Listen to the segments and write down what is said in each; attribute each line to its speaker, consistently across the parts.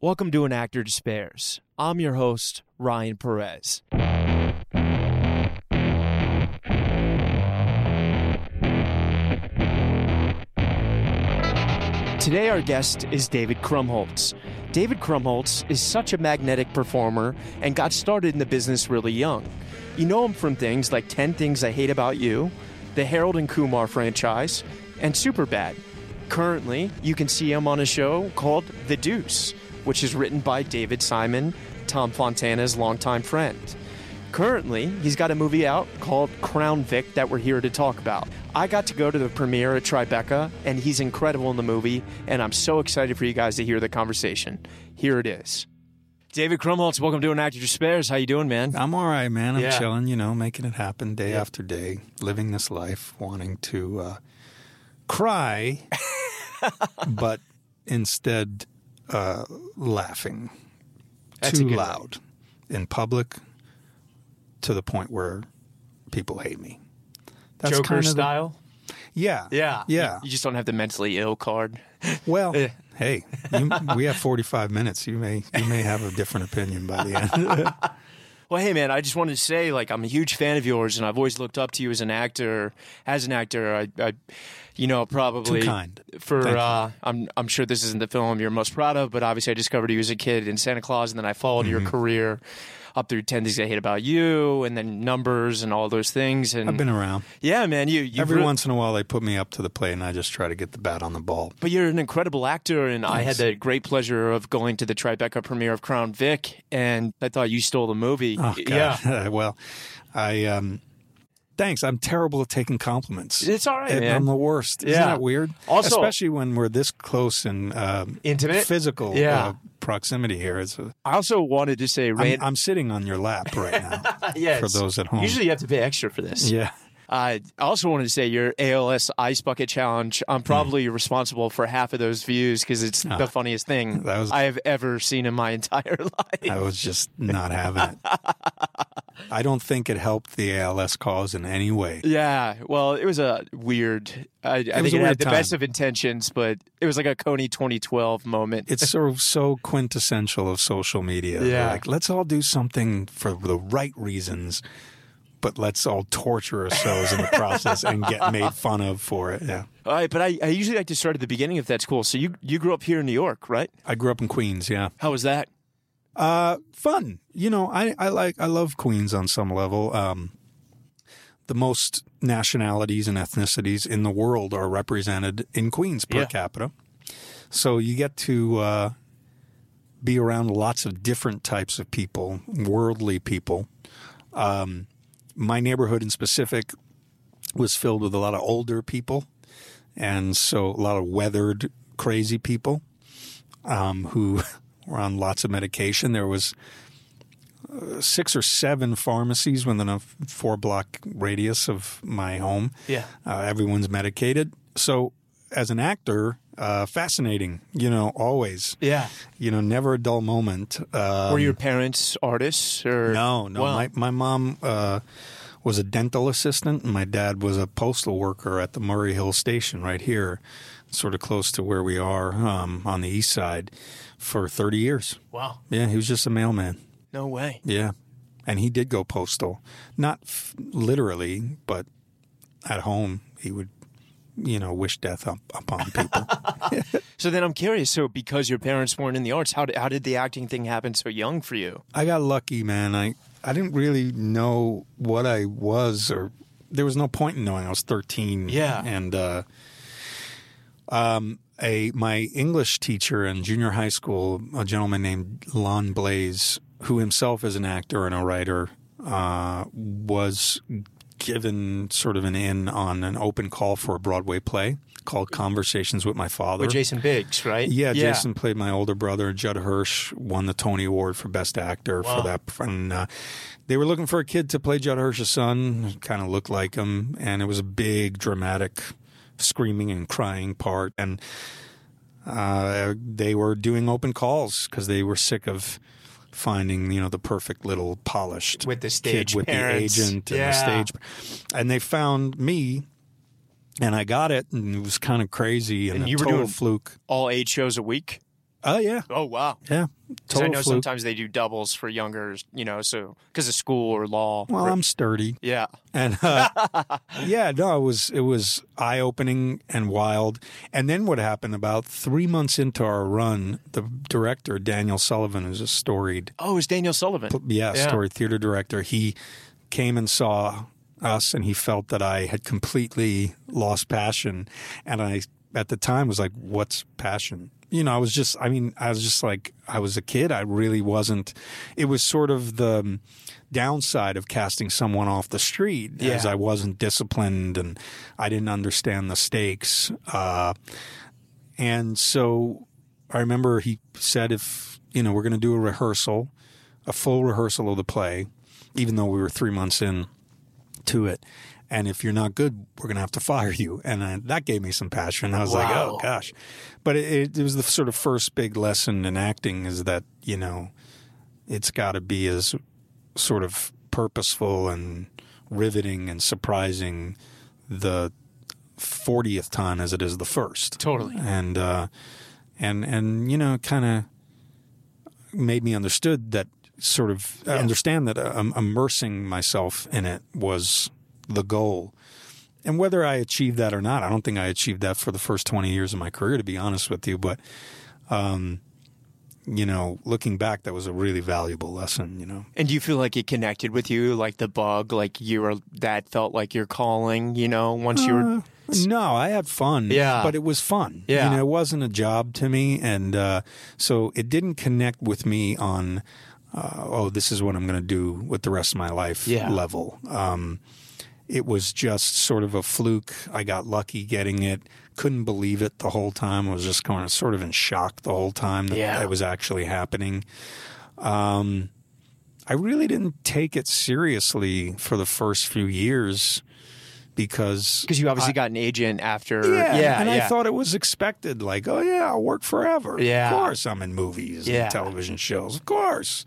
Speaker 1: Welcome to An Actor Despairs. I'm your host, Ryan Perez. Today, our guest is David Krumholtz. David Krumholtz is such a magnetic performer and got started in the business really young. You know him from things like 10 Things I Hate About You, the Harold and Kumar franchise, and Superbad. Currently, you can see him on a show called The Deuce, which is written by David Simon, Tom Fontana's longtime friend. Currently, he's got a movie out called Crown Vic that we're here to talk about. I got to go to the premiere at Tribeca, and he's incredible in the movie, and I'm so excited for you guys to hear the conversation. Here it is. David Krumholtz, welcome to An Actor Despairs. How you doing, man?
Speaker 2: I'm all right, man. I'm
Speaker 1: Yeah.
Speaker 2: chilling, you know, making it happen day after day, living this life, wanting to uh, cry, but instead uh, laughing
Speaker 1: That's a
Speaker 2: too
Speaker 1: good one.
Speaker 2: loud in public to the point where people hate me. That's
Speaker 1: Joker
Speaker 2: kind of the-
Speaker 1: style?
Speaker 2: yeah. Yeah.
Speaker 1: You just don't have the mentally ill card.
Speaker 2: Well,
Speaker 1: Yeah.
Speaker 2: hey, you, we have 45 minutes. You may you may have a different opinion by the end.
Speaker 1: Well, hey, man, I just wanted to say, like, I'm a huge fan of yours, and I've always looked up to you as an actor. As an actor, I, I you know, probably
Speaker 2: Too kind.
Speaker 1: for.
Speaker 2: Thank you.
Speaker 1: Uh, I'm, I'm sure this isn't the film you're most proud of, but obviously, I discovered you as a kid in Santa Claus, and then I followed
Speaker 2: Mm-hmm.
Speaker 1: your career up through Ten Things I Hate About You, and then Numbers, and all those things. And
Speaker 2: I've been around.
Speaker 1: yeah, man, you, you
Speaker 2: Every once in a while, they put me up to the plate, and I just try to get the bat on the ball.
Speaker 1: But you're an incredible actor, and I had the great pleasure of going to the Tribeca premiere of Crown Vic, and I thought you stole the movie.
Speaker 2: Oh, God. well, I um, thanks. I'm terrible at taking compliments.
Speaker 1: It's all right,
Speaker 2: I-
Speaker 1: man.
Speaker 2: I'm the worst. Isn't
Speaker 1: Yeah.
Speaker 2: that weird?
Speaker 1: Also-
Speaker 2: especially when we're this close and um,
Speaker 1: Intimate?
Speaker 2: physical
Speaker 1: Yeah.
Speaker 2: uh, proximity here. It's a,
Speaker 1: I also wanted to say,
Speaker 2: I'm,
Speaker 1: Rand,
Speaker 2: I'm sitting on your lap right now.
Speaker 1: yes.
Speaker 2: for those at home.
Speaker 1: Usually you have to pay extra for this.
Speaker 2: yeah.
Speaker 1: I also wanted to say your ALS Ice Bucket Challenge, I'm
Speaker 2: Hmm.
Speaker 1: probably responsible for half of those views because it's the funniest thing
Speaker 2: Ah. that was-
Speaker 1: I have ever seen in my entire life.
Speaker 2: I was just not having it. I don't think it helped the ALS cause in any way.
Speaker 1: Yeah, well, it was a weird. I, I think
Speaker 2: was a
Speaker 1: it had
Speaker 2: weird
Speaker 1: the
Speaker 2: time.
Speaker 1: best of intentions, but it was like a Coney 2012 moment.
Speaker 2: It's sort of so quintessential of social media. They're
Speaker 1: Yeah.
Speaker 2: Like, let's all do something for the right reasons, but let's all torture ourselves in the process and get made fun of for it. Yeah.
Speaker 1: All right, but I, I usually like to start at the beginning if that's cool. So you you grew up here in New York, right?
Speaker 2: I grew up in Queens, yeah.
Speaker 1: How was that?
Speaker 2: Uh, fun. You know, I, I like I love Queens on some level. Um, the most nationalities and ethnicities in the world are represented in Queens per
Speaker 1: Yeah.
Speaker 2: capita. So you get to uh, be around lots of different types of people, worldly people. Um, my neighborhood in specific was filled with a lot of older people, and so a lot of weathered, crazy people um, who were on lots of medication. There was uh, six or seven pharmacies within a four block radius of my home.
Speaker 1: Yeah.
Speaker 2: Uh, everyone's medicated. So, as an actor, uh, fascinating, you know, always,
Speaker 1: Yeah.
Speaker 2: you know, never a dull moment. Uh,
Speaker 1: Were your parents artists or
Speaker 2: no, no.
Speaker 1: Wow.
Speaker 2: My, my mom uh, was a dental assistant, and my dad was a postal worker at the Murray Hill Station right here, sort of close to where we are um, on the east side, for 30 years.
Speaker 1: Wow.
Speaker 2: Yeah, he was just a mailman.
Speaker 1: No way.
Speaker 2: Yeah. And he did go postal. Not f- literally, but at home, he would, you know, wish death up, upon people.
Speaker 1: So then I'm curious. So because your parents weren't in the arts, how did, how did the acting thing happen so young for you?
Speaker 2: I got lucky, man. I I didn't really know what I was, or there was no point in knowing. I was thirteen.
Speaker 1: Yeah.
Speaker 2: and uh, um, a my English teacher in junior high school, a gentleman named Lon Blaze, who himself is an actor and a writer, uh, was given sort of an in on an open call for a Broadway play called Conversations with My Father.
Speaker 1: With Jason Biggs, right?
Speaker 2: Yeah, Jason played my older brother. Judd Hirsch won the Tony Award for Best Actor for that. And uh, they were looking for a kid to play Judd Hirsch's son, kind of looked like him. And it was a big, dramatic, screaming and crying part. And uh, they were doing open calls because they were sick of finding, you know, the perfect little polished
Speaker 1: With the stage
Speaker 2: kid with
Speaker 1: parents.
Speaker 2: the agent and
Speaker 1: Yeah.
Speaker 2: the stage. And they found me. And I got it, and it was kind of crazy, and,
Speaker 1: And
Speaker 2: a
Speaker 1: you were
Speaker 2: total
Speaker 1: doing-
Speaker 2: fluke.
Speaker 1: All eight shows a week.
Speaker 2: Oh yeah,
Speaker 1: Oh wow.
Speaker 2: yeah.
Speaker 1: Because I
Speaker 2: Total
Speaker 1: know
Speaker 2: fluke.
Speaker 1: sometimes they do doubles for younger, you know, so because of school or law.
Speaker 2: Well,
Speaker 1: Or-
Speaker 2: I'm sturdy,
Speaker 1: yeah.
Speaker 2: and uh, yeah, no, it was it was eye opening and wild. And then what happened about three months into our run, the director Daniel Sullivan, who's a storied
Speaker 1: Oh, it's Daniel Sullivan.
Speaker 2: yeah,
Speaker 1: Yeah.
Speaker 2: story theater director. He came and saw us, and he felt that I had completely lost passion. And I, at the time, was like, "What's passion?" You know, I was just, I mean, I was just like, I was a kid. I really wasn't. It was sort of the um, downside of casting someone off the street, as
Speaker 1: Yeah.
Speaker 2: I wasn't disciplined and I didn't understand the stakes. Uh, and so I remember he said, if, you know, we're going to do a rehearsal, a full rehearsal of the play, even though we were three months in to it. And if you're not good, we're going to have to fire you. And I, that gave me some passion. I was like,
Speaker 1: Wow.
Speaker 2: oh, gosh. But it, it, it was the sort of first big lesson in acting is that, you know, it's got to be as sort of purposeful and riveting and surprising the 40th time as it is the first
Speaker 1: Totally.
Speaker 2: and uh, and and you know, kind of made me understood that sort of understand that um, immersing myself in it was the goal. And whether I achieved that or not, I don't think I achieved that for the first twenty years of my career, to be honest with you. But um, you know, looking back, that was a really valuable lesson. You know,
Speaker 1: And do you feel like it connected with you, like the bug, like you were that felt like your calling, you know, once you
Speaker 2: Uh,
Speaker 1: were
Speaker 2: No, I had fun.
Speaker 1: Yeah.
Speaker 2: But it was fun.
Speaker 1: Yeah.
Speaker 2: You know, it wasn't a job to me. And uh, so it didn't connect with me on, uh, oh, this is what I'm going to do with the rest of my life
Speaker 1: Yeah.
Speaker 2: level. Um, it was just sort of a fluke. I got lucky getting it. Couldn't believe it the whole time. I was just kind of sort of in shock the whole time that
Speaker 1: Yeah.
Speaker 2: it was actually happening. Um, I really didn't take it seriously for the first few years because
Speaker 1: because you obviously got an agent after.
Speaker 2: yeah,
Speaker 1: yeah,
Speaker 2: and
Speaker 1: yeah.
Speaker 2: I thought it was expected. Like, oh yeah, I'll work forever.
Speaker 1: Yeah.
Speaker 2: of course I'm in movies
Speaker 1: Yeah.
Speaker 2: and television shows. Of course,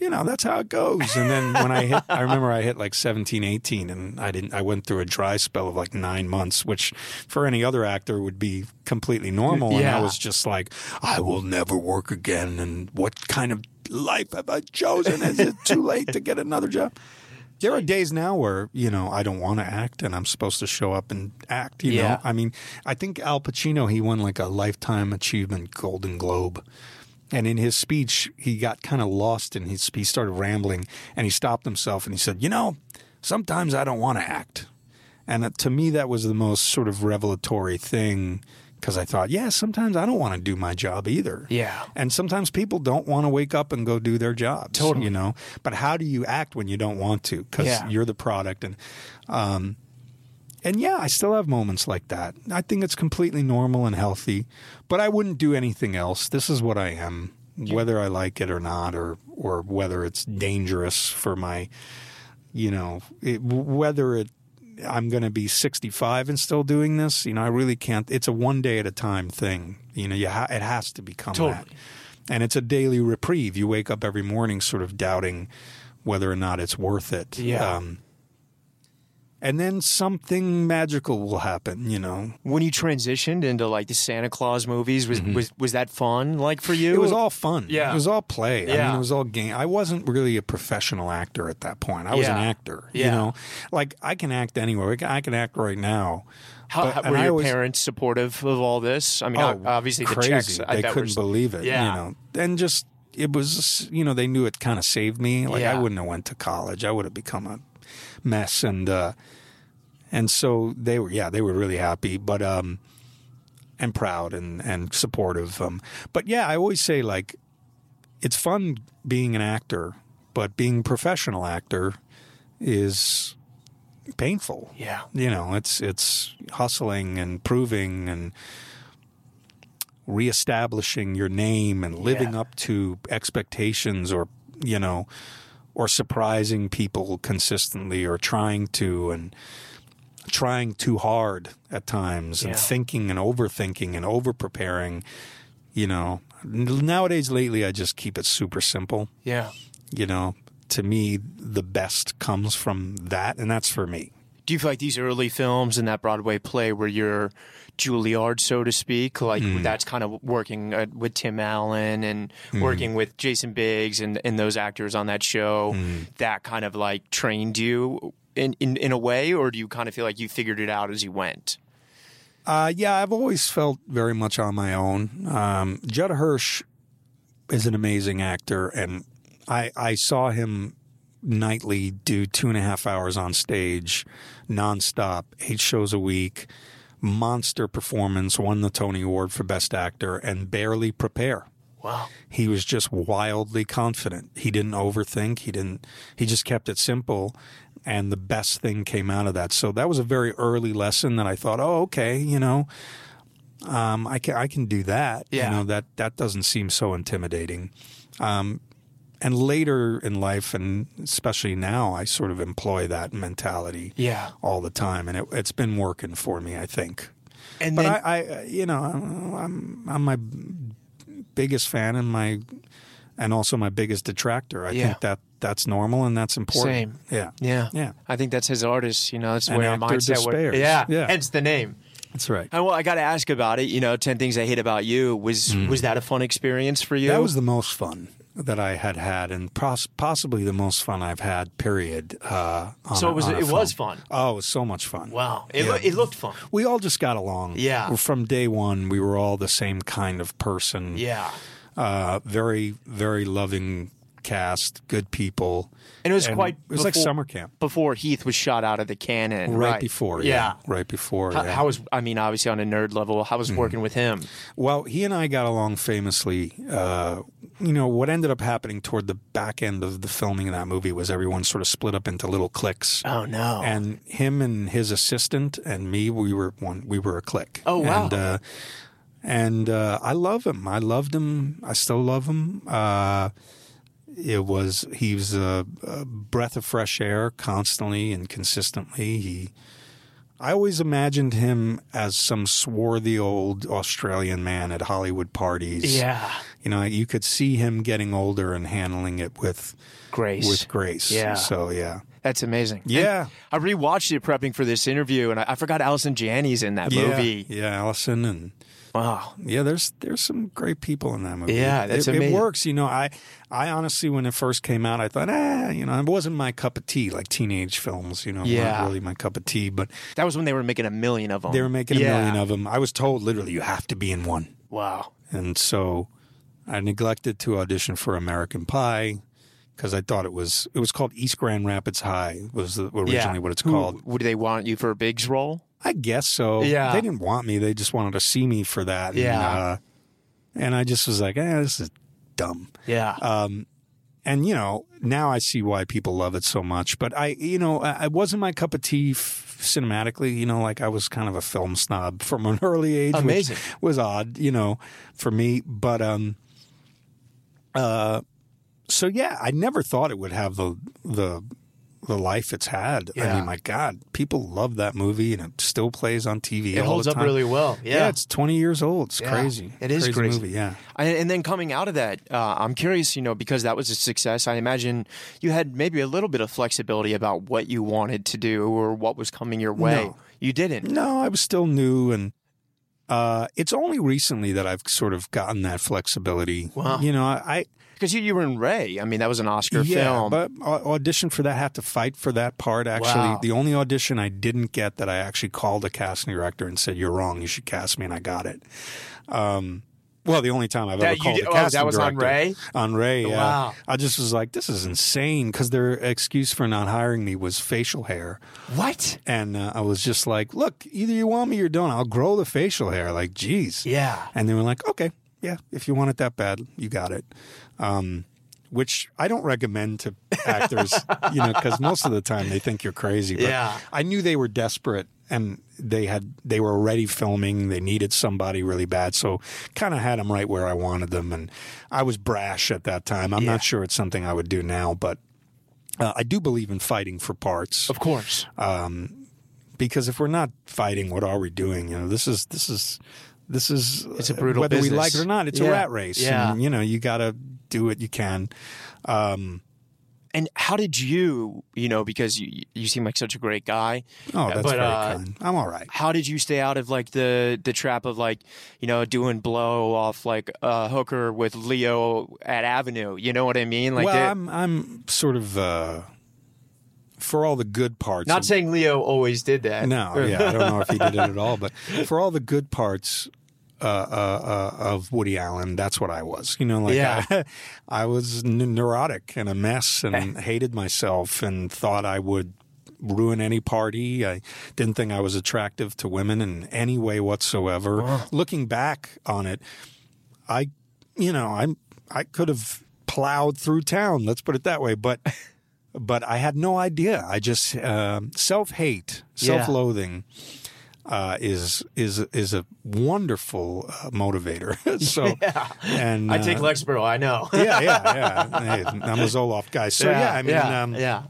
Speaker 2: you know that's how it goes. And then when I hit, I remember I hit like 17, 18, and I didn't. I went through a dry spell of like nine months, which for any other actor would be completely normal. And
Speaker 1: Yeah.
Speaker 2: I was just like, I will never work again. And what kind of life have I chosen? Is it too late to get another job? There are days now where you know I don't want to act, and I'm supposed to show up and act. You
Speaker 1: Yeah.
Speaker 2: know, I mean, I think Al Pacino he won like a lifetime achievement Golden Globe, and in his speech he got kind of lost and he he started rambling and he stopped himself and he said, you know, sometimes I don't want to act, and uh, to me that was the most sort of revelatory thing because I thought, yeah, sometimes I don't want to do my job either.
Speaker 1: Yeah.
Speaker 2: And sometimes people don't want to wake up and go do their jobs. Totally. You know, but how do you act when you don't want to? Because
Speaker 1: Yeah.
Speaker 2: you're the product. And, um, and yeah, I still have moments like that. I think it's completely normal and healthy, but I wouldn't do anything else. This is what I am, whether I like it or not, or, or whether it's dangerous for my, you know, it, whether it, I'm going to be 65 and still doing this. You know, I really can't. It's a one day at a time thing. You know, you ha- it has to become that.
Speaker 1: Totally.
Speaker 2: And it's a daily reprieve. You wake up every morning sort of doubting whether or not it's worth it.
Speaker 1: Yeah.
Speaker 2: Um, and then something magical will happen, you know.
Speaker 1: when you transitioned into like the Santa Claus movies, was was, was that fun? Like for you,
Speaker 2: Mm-hmm. It was all fun.
Speaker 1: Yeah.
Speaker 2: It was all play. I
Speaker 1: Yeah.
Speaker 2: mean, it was all game. I wasn't really a professional actor at that point. I was an
Speaker 1: Yeah.
Speaker 2: actor, you
Speaker 1: Yeah.
Speaker 2: know. Like, I can act anywhere. I can- I can act right now.
Speaker 1: How,
Speaker 2: but-
Speaker 1: how-
Speaker 2: Uh, and
Speaker 1: were
Speaker 2: I
Speaker 1: your
Speaker 2: always-
Speaker 1: parents supportive of all this? I mean,
Speaker 2: Oh,
Speaker 1: obviously the
Speaker 2: crazy.
Speaker 1: checks. I
Speaker 2: they
Speaker 1: bet were
Speaker 2: couldn't
Speaker 1: s-
Speaker 2: believe it.
Speaker 1: Yeah.
Speaker 2: You know, and just it was you know they knew it kind of saved me. Like I
Speaker 1: Yeah.
Speaker 2: wouldn't have went to college. I would have become a mess. And uh, and so they were yeah they were really happy, but um, and proud and and supportive. Um, but yeah, I always say like it's fun being an actor, but being a professional actor is painful
Speaker 1: yeah.
Speaker 2: you know it's it's hustling and proving and reestablishing your name and living
Speaker 1: Yeah.
Speaker 2: up to expectations or you know or surprising people consistently or trying to and trying too hard at times and
Speaker 1: Yeah.
Speaker 2: thinking and overthinking and over preparing you know nowadays lately i just keep it super simple
Speaker 1: Yeah.
Speaker 2: you know to me the best comes from that and that's for me
Speaker 1: do you feel like these early films and that Broadway play where you're Juilliard, so to speak, like
Speaker 2: Mm.
Speaker 1: that's kind of working uh, with Tim Allen and working with Jason Biggs and, and those actors on that show,
Speaker 2: Mm.
Speaker 1: that kind of like trained you in, in, in a way, or do you kind of feel like you figured it out as you went?
Speaker 2: Uh, yeah, I've always felt very much on my own. Um, Judd Hirsch is an amazing actor, and I, I saw him nightly do two and a half hours on stage, nonstop, eight shows a week, monster performance, won the Tony Award for Best Actor, and barely prepare.
Speaker 1: Wow.
Speaker 2: He was just wildly confident. He didn't overthink. He didn't. He just kept it simple, and the best thing came out of that. So that was a very early lesson that I thought, oh, okay, you know, um, I can I can do that.
Speaker 1: Yeah.
Speaker 2: You know that that doesn't seem so intimidating. Um, and later in life, and especially now, I sort of employ that mentality
Speaker 1: Yeah.
Speaker 2: all the time, and it, it's been working for me. I think.
Speaker 1: And
Speaker 2: But
Speaker 1: then,
Speaker 2: I, I, uh, you know, I'm, I'm I'm my biggest fan and my, and also my biggest detractor. I
Speaker 1: Yeah.
Speaker 2: think that that's normal and that's important.
Speaker 1: Same.
Speaker 2: Yeah,
Speaker 1: yeah.
Speaker 2: yeah,
Speaker 1: I think that's his artist, you know, that's
Speaker 2: An
Speaker 1: where
Speaker 2: actor
Speaker 1: mindset
Speaker 2: despairs.
Speaker 1: would, yeah,
Speaker 2: Yeah.
Speaker 1: hence the name.
Speaker 2: that's right.
Speaker 1: And well, I got to ask about it. You know, ten things I hate about you was was that a fun experience for you?
Speaker 2: Mm. That was the most fun that I had had, and pos- possibly the most fun I've had. Period. Uh, on
Speaker 1: so
Speaker 2: a-
Speaker 1: it was
Speaker 2: on a
Speaker 1: it was
Speaker 2: film.
Speaker 1: fun.
Speaker 2: Oh, it was so much fun.
Speaker 1: Wow, it,
Speaker 2: Yeah.
Speaker 1: lo- it looked fun.
Speaker 2: We all just got along.
Speaker 1: Yeah.
Speaker 2: From day one, we were all the same kind of person.
Speaker 1: Yeah,
Speaker 2: Uh, very, very loving cast, good people.
Speaker 1: and it was
Speaker 2: And
Speaker 1: quite.
Speaker 2: It was like
Speaker 1: before-
Speaker 2: summer camp.
Speaker 1: before Heath was shot out of the cannon.
Speaker 2: right, before. Yeah, right before.
Speaker 1: How,
Speaker 2: yeah.
Speaker 1: how was I mean, obviously on a nerd level, how
Speaker 2: Mm.
Speaker 1: was working with him?
Speaker 2: well, he and I got along famously. Uh, you know what ended up happening toward the back end of the filming of that movie was everyone sort of split up into little cliques.
Speaker 1: Oh no.
Speaker 2: And him and his assistant and me, we were one. We were a clique.
Speaker 1: Oh, wow.
Speaker 2: And, uh, and uh, I love him. I loved him. I still love him. Uh, it was he was a, a breath of fresh air constantly and consistently. He, I always imagined him as some swarthy old Australian man at Hollywood parties.
Speaker 1: yeah.
Speaker 2: You know, you could see him getting older and handling it with
Speaker 1: Grace.
Speaker 2: with grace.
Speaker 1: Yeah.
Speaker 2: So yeah.
Speaker 1: That's amazing.
Speaker 2: Yeah.
Speaker 1: I rewatched it prepping for this interview and I, I forgot Allison Janney's in that
Speaker 2: yeah,
Speaker 1: movie.
Speaker 2: Yeah, Allison and
Speaker 1: Wow.
Speaker 2: yeah, there's there's some great people in that movie.
Speaker 1: Yeah, that's
Speaker 2: it,
Speaker 1: amazing.
Speaker 2: It works, you know. I I honestly, when it first came out, I thought, ah, you know, it wasn't my cup of tea. Like teenage films, you know,
Speaker 1: Yeah.
Speaker 2: weren't really my cup of tea. But
Speaker 1: That was when they were making a million of them.
Speaker 2: they were making
Speaker 1: Yeah.
Speaker 2: a million of them. I was told literally, you have to be in one,
Speaker 1: Wow.
Speaker 2: and so I neglected to audition for American Pie because I thought it was it was called East Grand Rapids High was the, originally what it's
Speaker 1: Who-
Speaker 2: called.
Speaker 1: Would they want you for a Biggs role?
Speaker 2: I guess so.
Speaker 1: Yeah.
Speaker 2: They didn't want me. They just wanted to see me for that.
Speaker 1: Yeah.
Speaker 2: And, uh, and I just was like, eh, this is dumb.
Speaker 1: Yeah.
Speaker 2: Uh, And, you know, now I see why people love it so much. But I, you know, I I wasn't my cup of tea f- cinematically. You know, like I was kind of a film snob from an early age. which
Speaker 1: Amazing.
Speaker 2: was odd, you know, for me. But, um, uh, so yeah, I never thought it would have the, the, the life it's had.
Speaker 1: Yeah.
Speaker 2: I mean, my God, people love that movie, and it still plays on TV.
Speaker 1: it
Speaker 2: all
Speaker 1: holds
Speaker 2: the
Speaker 1: up
Speaker 2: time.
Speaker 1: really well.
Speaker 2: Yeah. it's 20 years old. It's
Speaker 1: Yeah.
Speaker 2: crazy.
Speaker 1: It is
Speaker 2: crazy,
Speaker 1: crazy.
Speaker 2: movie. Yeah.
Speaker 1: And, and then coming out of that, uh, I'm curious, you know, because that was a success, I imagine you had maybe a little bit of flexibility about what you wanted to do or what was coming your way.
Speaker 2: No.
Speaker 1: You didn't.
Speaker 2: No, I was still new and uh, it's only recently that I've sort of gotten that flexibility.
Speaker 1: Wow.
Speaker 2: You know, I,
Speaker 1: Because you, you were in Ray. I mean, that was an Oscar
Speaker 2: yeah,
Speaker 1: film.
Speaker 2: but au- audition for that, had to fight for that part. Actually,
Speaker 1: Wow.
Speaker 2: the only audition I didn't get that I actually called a casting director and said, "You're wrong. You should cast me," and I got it. Um, well, the only time I've
Speaker 1: That
Speaker 2: ever
Speaker 1: you
Speaker 2: called
Speaker 1: did-
Speaker 2: a
Speaker 1: oh,
Speaker 2: casting
Speaker 1: that was on
Speaker 2: director.
Speaker 1: Ray?
Speaker 2: On Ray, yeah.
Speaker 1: Wow.
Speaker 2: I just was like, "This is insane," because their excuse for not hiring me was facial hair.
Speaker 1: what?
Speaker 2: And uh, I was just like, look, either you want me or don't. I'll grow the facial hair. Like, geez.
Speaker 1: Yeah.
Speaker 2: And they were like, okay, yeah, if you want it that bad, you got it. Um, which I don't recommend to actors, you know, because most of the time they think you're crazy. But
Speaker 1: Yeah.
Speaker 2: I knew they were desperate and they had they were already filming. They needed somebody really bad, so kind of had them right where I wanted them. And I was brash at that time. I'm not sure it's something I would do now, but uh, I do believe in fighting for parts
Speaker 1: Of course.
Speaker 2: because if we're not fighting, what are we doing? You know, this is this is this is
Speaker 1: It's a brutal
Speaker 2: whether we
Speaker 1: business.
Speaker 2: like it or not. It's
Speaker 1: Yeah.
Speaker 2: a rat race.
Speaker 1: Yeah.
Speaker 2: and, you know, you got to do what you can.
Speaker 1: And how did you, you know, because you you seem like such a great guy.
Speaker 2: Oh, that's
Speaker 1: But,
Speaker 2: very
Speaker 1: uh,
Speaker 2: kind. I'm all right.
Speaker 1: How did you stay out of like the the trap of like, you know, doing blow off like a hooker with Leo at Avenue? You know what I mean? Like,
Speaker 2: well,
Speaker 1: they-
Speaker 2: I'm I'm sort of uh, for all the good parts.
Speaker 1: not
Speaker 2: of-
Speaker 1: saying Leo always did that.
Speaker 2: no,
Speaker 1: Or-
Speaker 2: yeah, I don't know if he did it at all, but for all the good parts uh, uh, uh, of Woody Allen, that's what I was. You know, like
Speaker 1: Yeah.
Speaker 2: I, I was n- neurotic and a mess, and hated myself, and thought I would ruin any party. I didn't think I was attractive to women in any way whatsoever. Looking back on it, I, you know, I'm I could have plowed through town. Let's put it that way, but. But I had no idea. I just um self hate,
Speaker 1: Yeah.
Speaker 2: self loathing uh, is is is a wonderful uh, motivator. so and
Speaker 1: I take
Speaker 2: uh,
Speaker 1: Lexapro. I know.
Speaker 2: yeah, yeah, yeah. Hey, I'm a Zoloft guy, so yeah, I mean,
Speaker 1: yeah,
Speaker 2: um,
Speaker 1: yeah.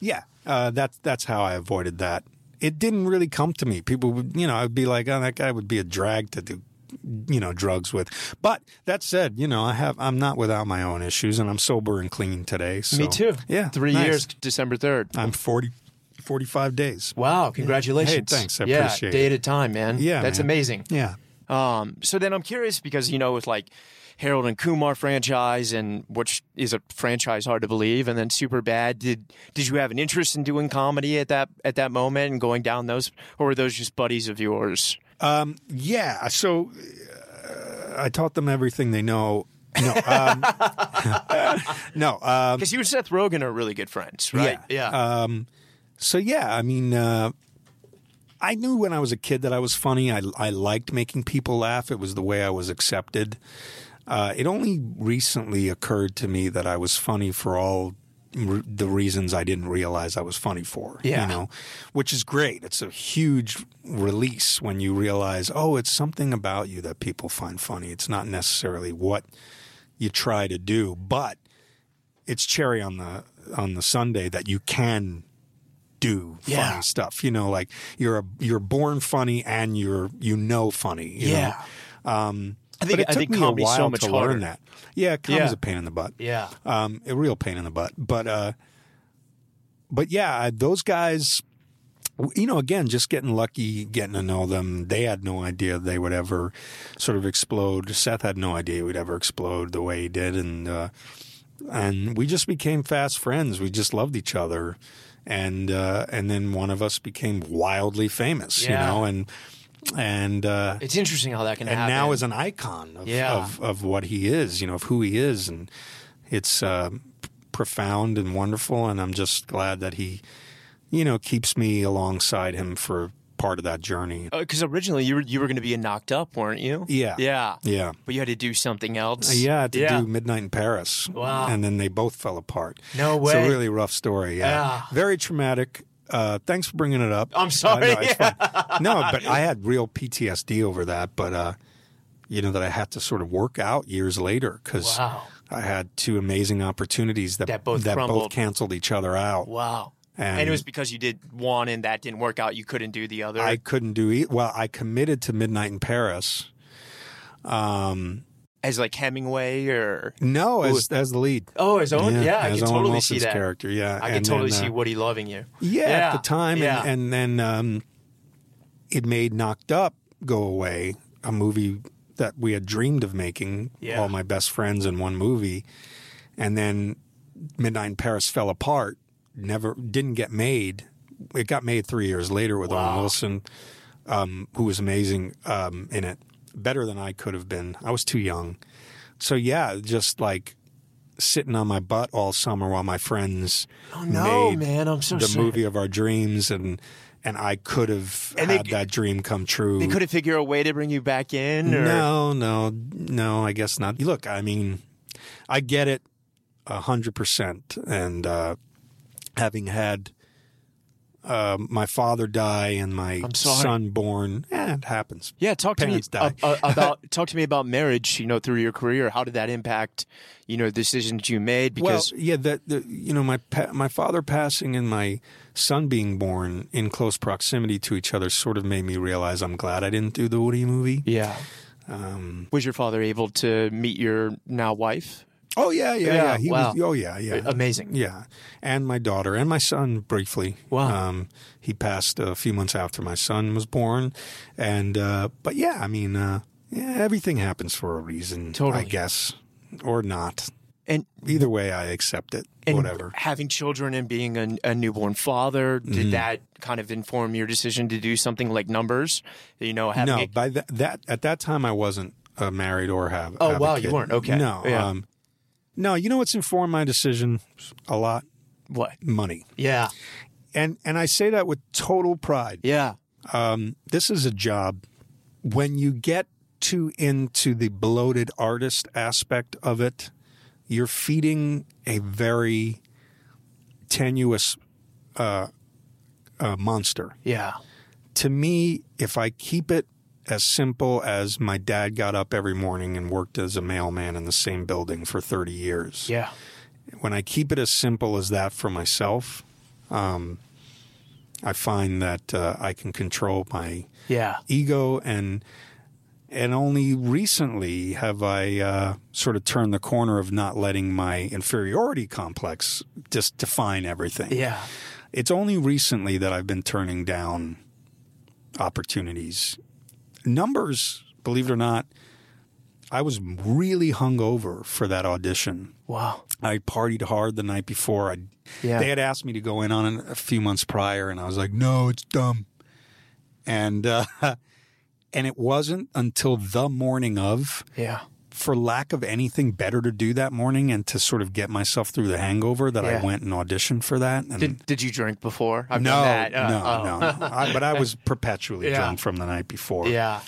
Speaker 2: yeah, uh, that's that's how I avoided that. It didn't really come to me. People would, you know, I'd be like, oh, that guy would be a drag to do, you know, drugs with. But that said, you know, I have, I'm not without my own issues, and I'm sober and clean today. So.
Speaker 1: Me too.
Speaker 2: Yeah,
Speaker 1: Three
Speaker 2: nice. Uh,
Speaker 1: years, December 3rd.
Speaker 2: I'm 40, 45 days.
Speaker 1: Wow. Congratulations.
Speaker 2: Hey, thanks, I
Speaker 1: yeah,
Speaker 2: appreciate
Speaker 1: Day
Speaker 2: it.
Speaker 1: at a time, man.
Speaker 2: Yeah,
Speaker 1: That's
Speaker 2: man.
Speaker 1: amazing.
Speaker 2: Yeah,
Speaker 1: Um, so then I'm curious because, you know, with like Harold and Kumar franchise and which is a franchise hard to believe and then super bad, did, did you have an interest in doing comedy at that, at that moment and going down those, or were those just buddies of yours?
Speaker 2: um, yeah. So uh, I taught them everything they know. No, um, no. Um,
Speaker 1: Cause you and Seth Rogen are really good friends, right?
Speaker 2: Yeah. Uh, So yeah, I mean, uh, I knew when I was a kid that I was funny. I I liked making people laugh. It was the way I was accepted. Uh, it only recently occurred to me that I was funny for all r- the reasons I didn't realize I was funny for.
Speaker 1: Yeah.
Speaker 2: You know, which is great. It's a huge release when you realize, oh, it's something about you that people find funny. It's not necessarily what you try to do, but it's cherry on the on the Sunday that you can do funny
Speaker 1: Yeah.
Speaker 2: stuff. You know, like you're a, you're born funny and you're you know funny. you know?
Speaker 1: yeah. I think,
Speaker 2: but it
Speaker 1: I
Speaker 2: took
Speaker 1: think
Speaker 2: me a
Speaker 1: comedy's
Speaker 2: while
Speaker 1: so much
Speaker 2: to
Speaker 1: harder.
Speaker 2: learn that. Yeah, comedy's
Speaker 1: Yeah.
Speaker 2: a pain in the butt.
Speaker 1: Yeah.
Speaker 2: um, a real pain in the butt. But uh, but yeah, I- those guys, you know, again, just getting lucky, getting to know them. They had no idea they would ever sort of explode. Seth had no idea he would ever explode the way he did, and uh, and we just became fast friends. We just loved each other, and uh, and then one of us became wildly famous,
Speaker 1: Yeah.
Speaker 2: you know, and and. Uh,
Speaker 1: It's interesting how that can
Speaker 2: and
Speaker 1: happen.
Speaker 2: now is an icon of,
Speaker 1: Yeah.
Speaker 2: of of what he is, you know, of who he is, and it's uh, p- profound and wonderful. And I'm just glad that he, you know, keeps me alongside him for part of that journey.
Speaker 1: because Uh, originally you were you were going to be in Knocked Up, weren't you?
Speaker 2: Yeah.
Speaker 1: yeah,
Speaker 2: Yeah,
Speaker 1: But you had to do something else.
Speaker 2: yeah, I had to do Midnight in Paris.
Speaker 1: Wow.
Speaker 2: and then they both fell apart.
Speaker 1: No
Speaker 2: It's
Speaker 1: way.
Speaker 2: a really rough story. Yeah,
Speaker 1: Yeah.
Speaker 2: very traumatic. Uh, thanks for bringing it up.
Speaker 1: I'm sorry.
Speaker 2: Uh, no, it's fine. no, but I had real PTSD over that. But uh, you know that I had to sort of work out years later because
Speaker 1: Wow.
Speaker 2: I had two amazing opportunities that
Speaker 1: That both crumbled.
Speaker 2: canceled each other out.
Speaker 1: Wow. And,
Speaker 2: And-
Speaker 1: it was because you did one and that didn't work out. You couldn't do the other.
Speaker 2: I couldn't do e Well, I committed to Midnight in Paris.
Speaker 1: as like Hemingway or
Speaker 2: No, as as the lead.
Speaker 1: oh, as Owen. Yeah, I
Speaker 2: as
Speaker 1: can
Speaker 2: Owen
Speaker 1: totally
Speaker 2: Wilson's
Speaker 1: see that.
Speaker 2: character. Yeah,
Speaker 1: I can
Speaker 2: And
Speaker 1: totally
Speaker 2: then,
Speaker 1: see
Speaker 2: uh,
Speaker 1: Woody loving you.
Speaker 2: Yeah, at the time,
Speaker 1: yeah.
Speaker 2: and, and then um, it made Knocked Up go away, a movie that we had dreamed of making,
Speaker 1: Yeah.
Speaker 2: all my best friends in one movie, and then Midnight in Paris fell apart. Never didn't get made. It got made three years later with Owen Wilson, um, who was amazing um, in it, better than I could have been. I was too young, so yeah, just like sitting on my butt all summer while my friends
Speaker 1: oh no,
Speaker 2: made
Speaker 1: man, I'm so
Speaker 2: the
Speaker 1: sorry.
Speaker 2: movie of our dreams and and I could have
Speaker 1: And they-
Speaker 2: had that dream come true.
Speaker 1: They couldn't figure a way to bring you back in. Or,
Speaker 2: no, no, no, I guess not. Look, I mean, I get it a hundred percent. And uh, having had uh, my father die and my
Speaker 1: I'm sorry.
Speaker 2: son born, eh, it happens.
Speaker 1: Yeah, talk to me
Speaker 2: Parents die.
Speaker 1: a- a- about talk to me about marriage. You know, through your career, how did that impact you know decisions you made? Because
Speaker 2: well, yeah, that the, you know, my pa- my father passing and my son being born in close proximity to each other sort of made me realize I'm glad I didn't do the Woody movie. um,
Speaker 1: yeah, was your father able to meet your now wife?
Speaker 2: Oh yeah, yeah, yeah.
Speaker 1: Yeah,
Speaker 2: He
Speaker 1: wow. Uh,
Speaker 2: was, oh yeah, yeah,
Speaker 1: Amazing.
Speaker 2: yeah. And my daughter and my son briefly.
Speaker 1: Wow.
Speaker 2: Um, he passed a few months after my son was born, and uh, but yeah, I mean, uh, yeah, everything happens for a reason.
Speaker 1: Totally.
Speaker 2: I guess, or not.
Speaker 1: And
Speaker 2: Either way, I accept it.
Speaker 1: and
Speaker 2: whatever. Mm-hmm.
Speaker 1: having children and being a, a newborn father did that kind of inform your decision to do something like numbers? You know, having
Speaker 2: No,
Speaker 1: a-
Speaker 2: by that, that at that time I wasn't uh, married or have.
Speaker 1: Oh,
Speaker 2: have a
Speaker 1: wow, you
Speaker 2: kid.
Speaker 1: weren't. Okay.
Speaker 2: No.
Speaker 1: Yeah.
Speaker 2: Um, no, you know what's informed my decision a lot?
Speaker 1: what?
Speaker 2: Money.
Speaker 1: Yeah,
Speaker 2: And and I say that with total pride.
Speaker 1: yeah,
Speaker 2: um, this is a job when you get too into the bloated artist aspect of it you're feeding a very tenuous uh, uh, monster
Speaker 1: yeah,
Speaker 2: to me if i keep it as simple as my dad got up every morning and worked as a mailman in the same building for 30 years
Speaker 1: yeah.
Speaker 2: when I keep it as simple as that for myself, um, I find that uh, I can control my
Speaker 1: Yeah.
Speaker 2: ego and and only recently have I uh, sort of turned the corner of not letting my inferiority complex just define everything.
Speaker 1: Yeah.
Speaker 2: It's only recently that I've been turning down opportunities. Numbers, believe it or not, I was really hungover for that audition.
Speaker 1: Wow.
Speaker 2: I partied hard the night before. I,
Speaker 1: Yeah.
Speaker 2: They had asked me to go in on it a few months prior, and I was like, "No, it's dumb." And uh, and it wasn't until the morning of,
Speaker 1: Yeah.
Speaker 2: for lack of anything better to do that morning, and to sort of get myself through the hangover, that
Speaker 1: Yeah.
Speaker 2: I went and auditioned for that. And
Speaker 1: Did Did you drink before? I've
Speaker 2: no,
Speaker 1: done that. Uh,
Speaker 2: no,
Speaker 1: oh.
Speaker 2: no, no. I, but I was perpetually
Speaker 1: Yeah.
Speaker 2: drunk from the night before.
Speaker 1: Yeah.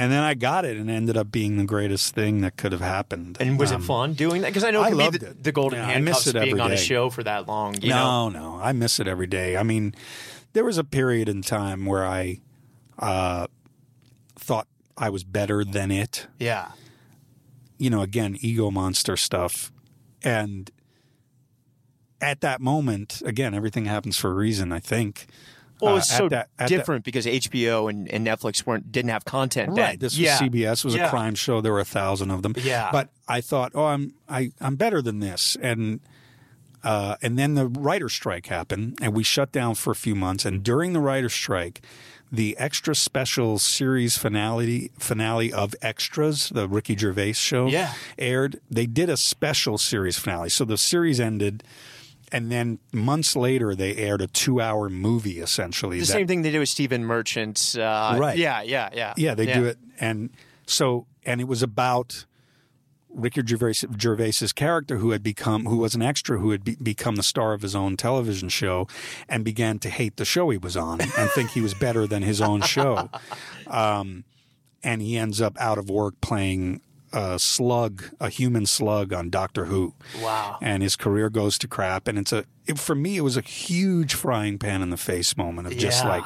Speaker 2: And then I got it, and it ended up being the greatest thing that could have happened.
Speaker 1: And was
Speaker 2: Um,
Speaker 1: it fun doing that? Because I know
Speaker 2: I
Speaker 1: it could be
Speaker 2: loved
Speaker 1: the,
Speaker 2: it.
Speaker 1: the golden
Speaker 2: Yeah, I
Speaker 1: handcuffs
Speaker 2: miss it every
Speaker 1: being on a
Speaker 2: day.
Speaker 1: show for that long. You know.
Speaker 2: no, no, I miss it every day. I mean, there was a period in time where I uh, thought I was better than it.
Speaker 1: Yeah.
Speaker 2: You know, again, ego monster stuff, and at that moment, again, everything happens for a reason. I think.
Speaker 1: Well,
Speaker 2: Uh,
Speaker 1: it's
Speaker 2: at
Speaker 1: so
Speaker 2: that- at that-
Speaker 1: different because HBO and, and Netflix weren't didn't have content then.
Speaker 2: Right. This was
Speaker 1: yeah.
Speaker 2: CBS. It was
Speaker 1: Yeah.
Speaker 2: a crime show. There were a thousand of them.
Speaker 1: Yeah.
Speaker 2: But I thought, oh, I'm I, I'm better than this. And uh, and then the writer strike happened, and we shut down for a few months. And during the writer strike, the extra special series finale finale of Extras, the Ricky Gervais show,
Speaker 1: Yeah.
Speaker 2: aired. They did a special series finale, so the series ended. And then months later, they aired a two-hour movie, essentially.
Speaker 1: The
Speaker 2: that
Speaker 1: same thing they do with Stephen Merchant. Uh,
Speaker 2: Right.
Speaker 1: Yeah. Yeah. Yeah.
Speaker 2: yeah, they do it, and so and it was about Richard Gervais, Gervais's character, who had become who was an extra, who had be, become the star of his own television show, and began to hate the show he was on and think he was better than his own show, um, and he ends up out of work playing a slug, a human slug on Doctor Who.
Speaker 1: Wow.
Speaker 2: And his career goes to crap, and it's a it, for me it was a huge frying pan in the face moment of just
Speaker 1: Yeah.
Speaker 2: like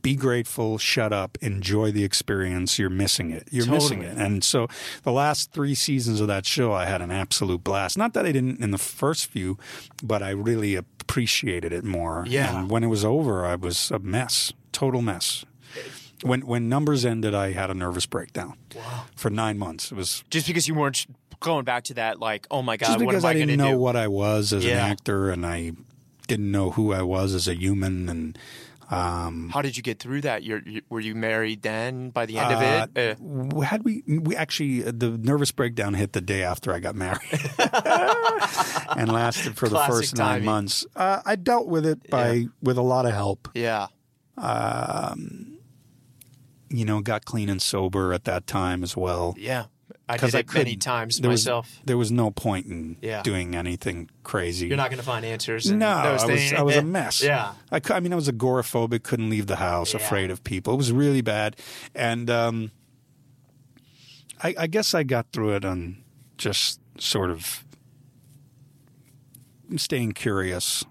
Speaker 2: be grateful, shut up, enjoy the experience. You're missing it. You're missing it. And so the last three seasons of that show, I had an absolute blast. Not that I didn't in the first few, but I really appreciated it more.
Speaker 1: Yeah.
Speaker 2: And when it was over, I was a mess, total mess. When when numbers ended, I had a nervous breakdown. Wow. For nine months, it was
Speaker 1: Just because you weren't going back to that, like, oh my
Speaker 2: just
Speaker 1: god, what
Speaker 2: because
Speaker 1: am
Speaker 2: I,
Speaker 1: I, going to
Speaker 2: didn't know
Speaker 1: do?
Speaker 2: what I was as
Speaker 1: Yeah.
Speaker 2: an actor, and I didn't know who I was as a human, and
Speaker 1: How did you get through that? You're, you, were you married then? By the end
Speaker 2: Uh,
Speaker 1: of it, uh,
Speaker 2: w- had we we actually uh, the nervous breakdown hit the day after I got married and lasted for
Speaker 1: Classic
Speaker 2: the first
Speaker 1: timing.
Speaker 2: nine months. Uh, I dealt with it by with a lot of help.
Speaker 1: yeah,
Speaker 2: You know, got clean and sober at that time as well.
Speaker 1: yeah. I did it many
Speaker 2: couldn't.
Speaker 1: times
Speaker 2: There was-
Speaker 1: myself.
Speaker 2: there was no point in
Speaker 1: Yeah.
Speaker 2: doing anything crazy.
Speaker 1: You're not going to find answers. in
Speaker 2: no,
Speaker 1: those
Speaker 2: I was,
Speaker 1: things.
Speaker 2: I was a mess.
Speaker 1: Yeah.
Speaker 2: I, cou- I mean, I was agoraphobic, couldn't leave the house,
Speaker 1: Yeah.
Speaker 2: afraid of people. It was really bad. And um, I, I guess I got through it on just sort of staying curious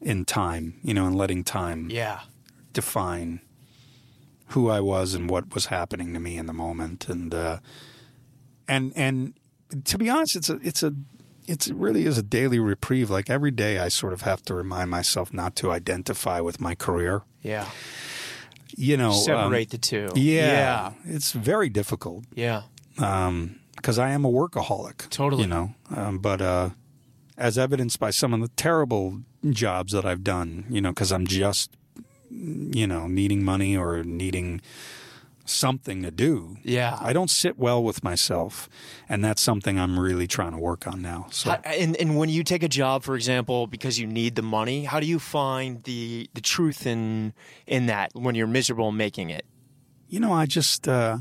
Speaker 2: in time, you know, and letting time
Speaker 1: Yeah.
Speaker 2: define who I was and what was happening to me in the moment. And uh, and and to be honest, it's a it's a it's, it really is a daily reprieve. Like every day, I sort of have to remind myself not to identify with my career.
Speaker 1: Yeah.
Speaker 2: You know, um,
Speaker 1: Separate the two.
Speaker 2: yeah, it's very difficult.
Speaker 1: Yeah.
Speaker 2: Um, because I am a workaholic.
Speaker 1: Totally.
Speaker 2: You know, um, but uh, as evidenced by some of the terrible jobs that I've done, you know, because I'm just, you know, needing money or needing something to do.
Speaker 1: Yeah.
Speaker 2: I don't sit well with myself, and that's something I'm really trying to work on now. So
Speaker 1: How- and and when you take a job, for example, because you need the money, how do you find the the truth in in that when you're miserable making it?
Speaker 2: you know, I just uh,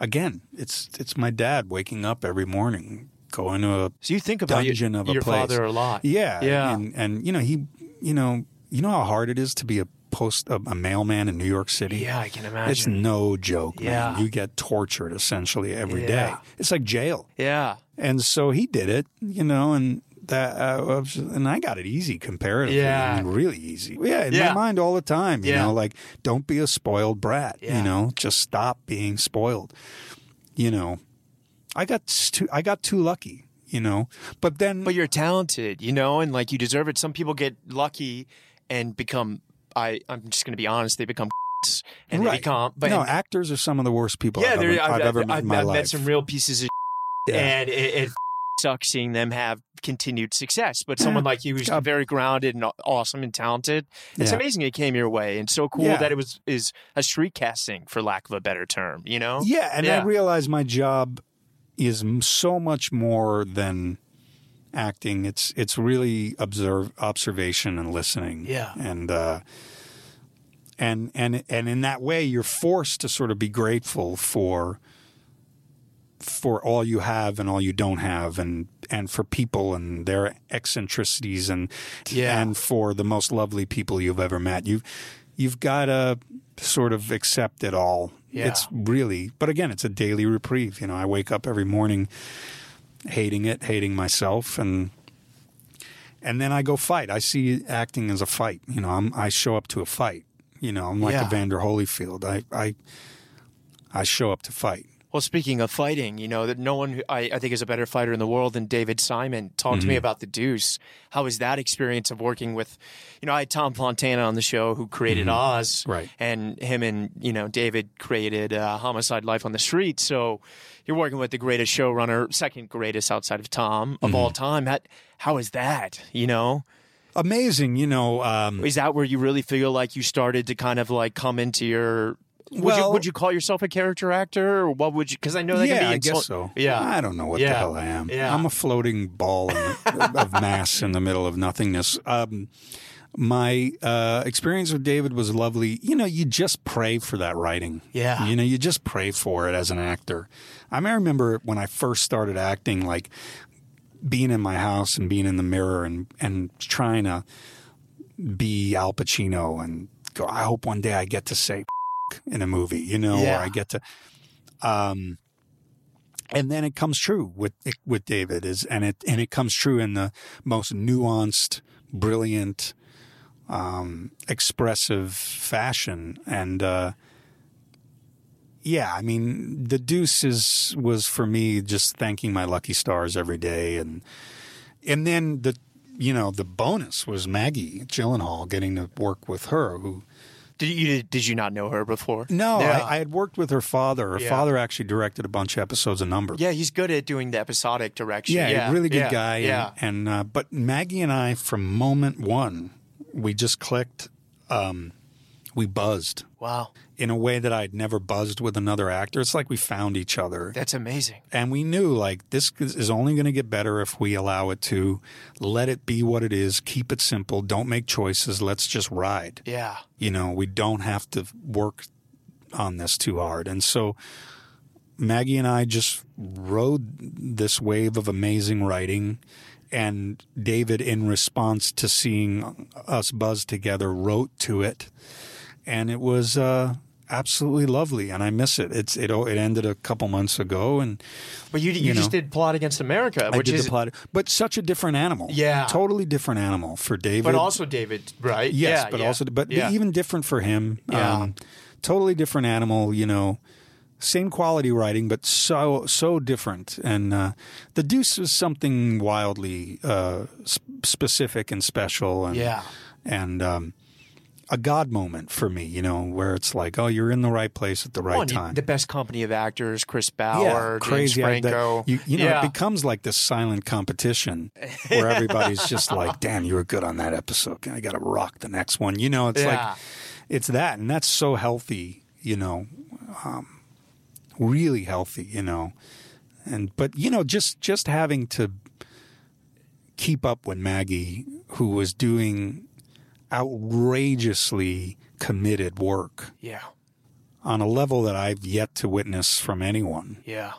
Speaker 2: again, it's it's my dad waking up every morning, going to a
Speaker 1: So you think about your,
Speaker 2: Dungeon of a
Speaker 1: your
Speaker 2: place.
Speaker 1: father a lot.
Speaker 2: Yeah,
Speaker 1: Yeah.
Speaker 2: and, and you know he, you know, you know how hard it is to be a post a, a mailman in New York City.
Speaker 1: Yeah, I can
Speaker 2: It's
Speaker 1: imagine.
Speaker 2: no joke,
Speaker 1: Yeah.
Speaker 2: man. You get tortured essentially every day.
Speaker 1: Yeah.
Speaker 2: It's like jail.
Speaker 1: yeah.
Speaker 2: And so he did it, you know, and that uh, I was- and I got it easy comparatively.
Speaker 1: Yeah.
Speaker 2: I mean, really easy. Yeah, in
Speaker 1: Yeah.
Speaker 2: my mind all the time, you
Speaker 1: Yeah.
Speaker 2: know, like don't be a spoiled brat,
Speaker 1: Yeah.
Speaker 2: you know, just stop being spoiled. You know, I got too, I got too lucky, you know. But then
Speaker 1: But you're talented, you know, and like you deserve it. Some people get lucky and become I I'm just going to be honest, they become and they
Speaker 2: Right.
Speaker 1: become but
Speaker 2: no, actors are some of the worst people
Speaker 1: yeah,
Speaker 2: I've,
Speaker 1: there-
Speaker 2: ever, I've,
Speaker 1: I've,
Speaker 2: ever met
Speaker 1: I've-
Speaker 2: in my
Speaker 1: I've
Speaker 2: life.
Speaker 1: met some real pieces of and it, it sucks seeing them have continued success. But someone like you who's
Speaker 2: Uh,
Speaker 1: very grounded and aw- awesome and talented, it's
Speaker 2: Yeah.
Speaker 1: amazing it came your way and so cool
Speaker 2: Yeah.
Speaker 1: that it was is a street casting for lack of a better term, you know?
Speaker 2: Yeah, and
Speaker 1: Yeah.
Speaker 2: I realize my job is m- so much more than acting. It's it's really observe observation and listening.
Speaker 1: Yeah.
Speaker 2: and uh, and and and in that way, you're forced to sort of be grateful for for all you have and all you don't have and and for people and their eccentricities and
Speaker 1: Yeah.
Speaker 2: and for the most lovely people you've ever met. You've you've got to sort of accept it all.
Speaker 1: Yeah.
Speaker 2: It's really, but again, it's a daily reprieve. You know, I wake up every morning hating it, hating myself, and and then I go fight. I see acting as a fight. You know, I'm I show up to a fight. You know, I'm like
Speaker 1: Yeah.
Speaker 2: a Vander Holyfield. I I I show up to fight.
Speaker 1: Well, speaking of fighting, you know that no one who I, I think is a better fighter in the world than David Simon. Talk to me about the Deuce. How was that experience of working with, you know, I had Tom Fontana on the show who created Oz,
Speaker 2: Right.
Speaker 1: And him and you know David created uh, Homicide: Life on the Street. So you're working with the greatest showrunner, second greatest outside of Tom of all time. How, how is that? You know,
Speaker 2: Amazing. You know, um,
Speaker 1: is that where you really feel like you started to kind of like come into your would, you,
Speaker 2: Well-
Speaker 1: would you call yourself a character actor or what would you because i know that
Speaker 2: yeah,
Speaker 1: can be
Speaker 2: I guess
Speaker 1: insult-
Speaker 2: so.
Speaker 1: yeah
Speaker 2: I don't know what
Speaker 1: Yeah.
Speaker 2: the hell I am.
Speaker 1: Yeah.
Speaker 2: I'm a floating ball in, of mass in the middle of nothingness. Um, my uh, experience with David was lovely. You know, you just pray for that writing.
Speaker 1: Yeah.
Speaker 2: You know, you just pray for it as an actor. I, mean, I remember when I first started acting, like being in my house and being in the mirror and, and trying to be Al Pacino and go, I hope one day I get to say in a movie, you know,
Speaker 1: Yeah.
Speaker 2: or I get to. Um, and then it comes true with with David is and it and it comes true in the most nuanced, brilliant, um, expressive fashion. And uh, yeah, I mean, the Deuce is was for me just thanking my lucky stars every day, and and then the you know the bonus was Maggie Gyllenhaal getting to work with her who.
Speaker 1: Did you did you not know her before?
Speaker 2: No,
Speaker 1: Yeah.
Speaker 2: I, I had worked with her father. Her
Speaker 1: Yeah.
Speaker 2: father actually directed a bunch of episodes of Number.
Speaker 1: yeah, he's good at doing the episodic direction.
Speaker 2: Yeah,
Speaker 1: Yeah,
Speaker 2: a really good
Speaker 1: yeah,
Speaker 2: guy. and-
Speaker 1: Yeah,
Speaker 2: And, uh, but Maggie and I, from moment one, we just clicked. Um, we buzzed
Speaker 1: wow,
Speaker 2: in a way that I'd never buzzed with another actor. It's like we found each other,
Speaker 1: that's amazing.
Speaker 2: and we knew like this is only going to get better if we allow it to. Let it be what it is. Keep it simple. Don't make choices. Let's just ride
Speaker 1: Yeah,
Speaker 2: you know, we don't have to work on this too hard. And so Maggie and I just rode this wave of amazing writing. And David, in response to seeing us buzz together, wrote to it. And it was uh, absolutely lovely. And I miss it. It's it, it ended a couple months ago. And
Speaker 1: but you you,
Speaker 2: You
Speaker 1: just
Speaker 2: know.
Speaker 1: did Plot Against America,
Speaker 2: I
Speaker 1: which
Speaker 2: did
Speaker 1: is
Speaker 2: the plot. But such a different animal.
Speaker 1: Yeah.
Speaker 2: Totally different animal for David.
Speaker 1: but also David, right?
Speaker 2: Yes,
Speaker 1: yeah,
Speaker 2: but
Speaker 1: yeah,
Speaker 2: also, but
Speaker 1: yeah.
Speaker 2: even different for him. Um,
Speaker 1: Yeah.
Speaker 2: totally different animal. You know, same quality writing, but so so different. And uh, the Deuce was something wildly uh, sp- specific and special. And,
Speaker 1: Yeah.
Speaker 2: and um, a God moment for me, you know, where it's like, oh, you're in the right place at the right
Speaker 1: One, you-
Speaker 2: time.
Speaker 1: the best company of actors, Chris Bauer, James
Speaker 2: crazy. I- that-
Speaker 1: Franco.
Speaker 2: you, you know,
Speaker 1: yeah.
Speaker 2: it becomes like this silent competition where everybody's just like, "Damn, you were good on that episode. I got to rock the next one." You know, it's
Speaker 1: Yeah.
Speaker 2: like it's that, and that's so healthy. You know, um, really healthy. You know, and but you know, just just having to keep up with Maggie, who was doing outrageously committed work
Speaker 1: yeah,
Speaker 2: on a level that I've yet to witness from anyone.
Speaker 1: yeah,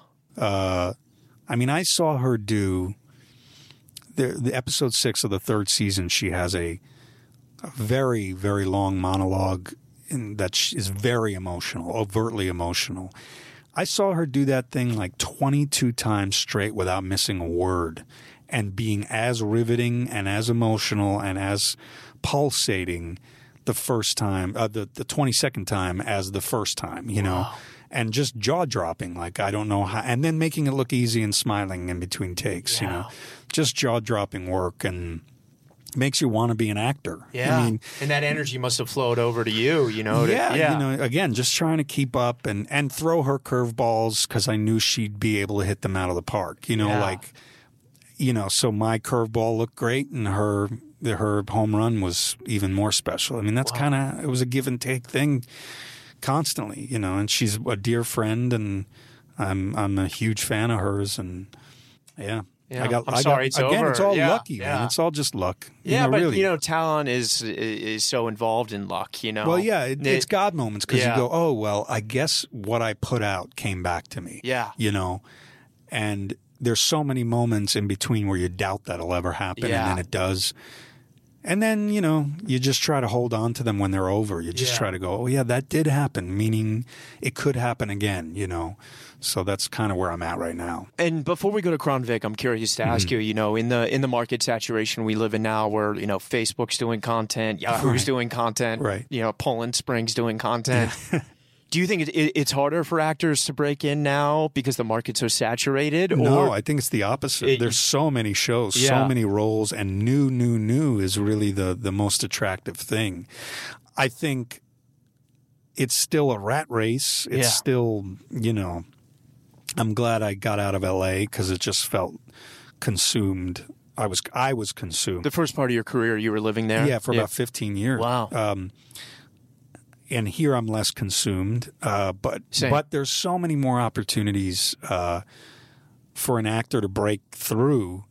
Speaker 2: I mean, I saw her do the, the episode six of the third season. She has a, a very, very long monologue in, that sh- is very emotional, overtly emotional. I saw her do that thing like 22 times straight without missing a word and being as riveting and as emotional and as pulsating the first time, uh, the, the 22nd time as the first time, you know, and just jaw dropping. Like, I don't know how, and then making it look easy and smiling in between takes, you know, just jaw dropping work and makes you want to be an actor.
Speaker 1: yeah.
Speaker 2: I mean,
Speaker 1: and that energy must have flowed over to you. You know, to-
Speaker 2: yeah, you know, again, just trying to keep up and and throw her curveballs because I knew she'd be able to hit them out of the park. You know,
Speaker 1: Yeah.
Speaker 2: like, you know, so my curveball looked great, and her her home run was even more special. I mean, that's kind of it was a give and take thing constantly. You know, and she's a dear friend, and I'm I'm a huge fan of hers, and yeah.
Speaker 1: Yeah. I'm sorry it's
Speaker 2: again.
Speaker 1: over.
Speaker 2: It's all
Speaker 1: Yeah,
Speaker 2: lucky, man.
Speaker 1: yeah.
Speaker 2: It's all just luck.
Speaker 1: Yeah,
Speaker 2: you know,
Speaker 1: but
Speaker 2: really.
Speaker 1: you know, Talon is is so involved in luck. You know.
Speaker 2: Well, yeah, it, it's God moments because
Speaker 1: yeah.
Speaker 2: you go, oh, well, I guess what I put out came back to me.
Speaker 1: Yeah.
Speaker 2: You know, and there's so many moments in between where you doubt that'll ever happen
Speaker 1: Yeah.
Speaker 2: and then it does. And then, you know, you just try to hold on to them when they're over. You just
Speaker 1: Yeah.
Speaker 2: try to go, oh, yeah, that did happen, meaning it could happen again, you know. So that's kind of where I'm at right now.
Speaker 1: And before we go to Kronvik, I'm curious to
Speaker 2: Mm-hmm.
Speaker 1: ask you, you know, in the in the market saturation we live in now where, you know, Facebook's doing content, Yahoo's
Speaker 2: Right.
Speaker 1: doing content,
Speaker 2: Right.
Speaker 1: you know, Poland Springs doing content. Do you think it, it, it's harder for actors to break in now because the market's so saturated?
Speaker 2: No,
Speaker 1: or
Speaker 2: I think it's the opposite.
Speaker 1: It-
Speaker 2: There's so many shows,
Speaker 1: Yeah.
Speaker 2: so many roles, and new, new, new is really the the most attractive thing. I think it's still a rat race. It's
Speaker 1: Yeah.
Speaker 2: still, you know, I'm glad I got out of L.A. because it just felt consumed. I was I was consumed.
Speaker 1: the first part of your career you were living there?
Speaker 2: Yeah, for about 15 years.
Speaker 1: Wow.
Speaker 2: Um, and here I'm less consumed, uh, but
Speaker 1: Same.
Speaker 2: but there's so many more opportunities uh, for an actor to break through.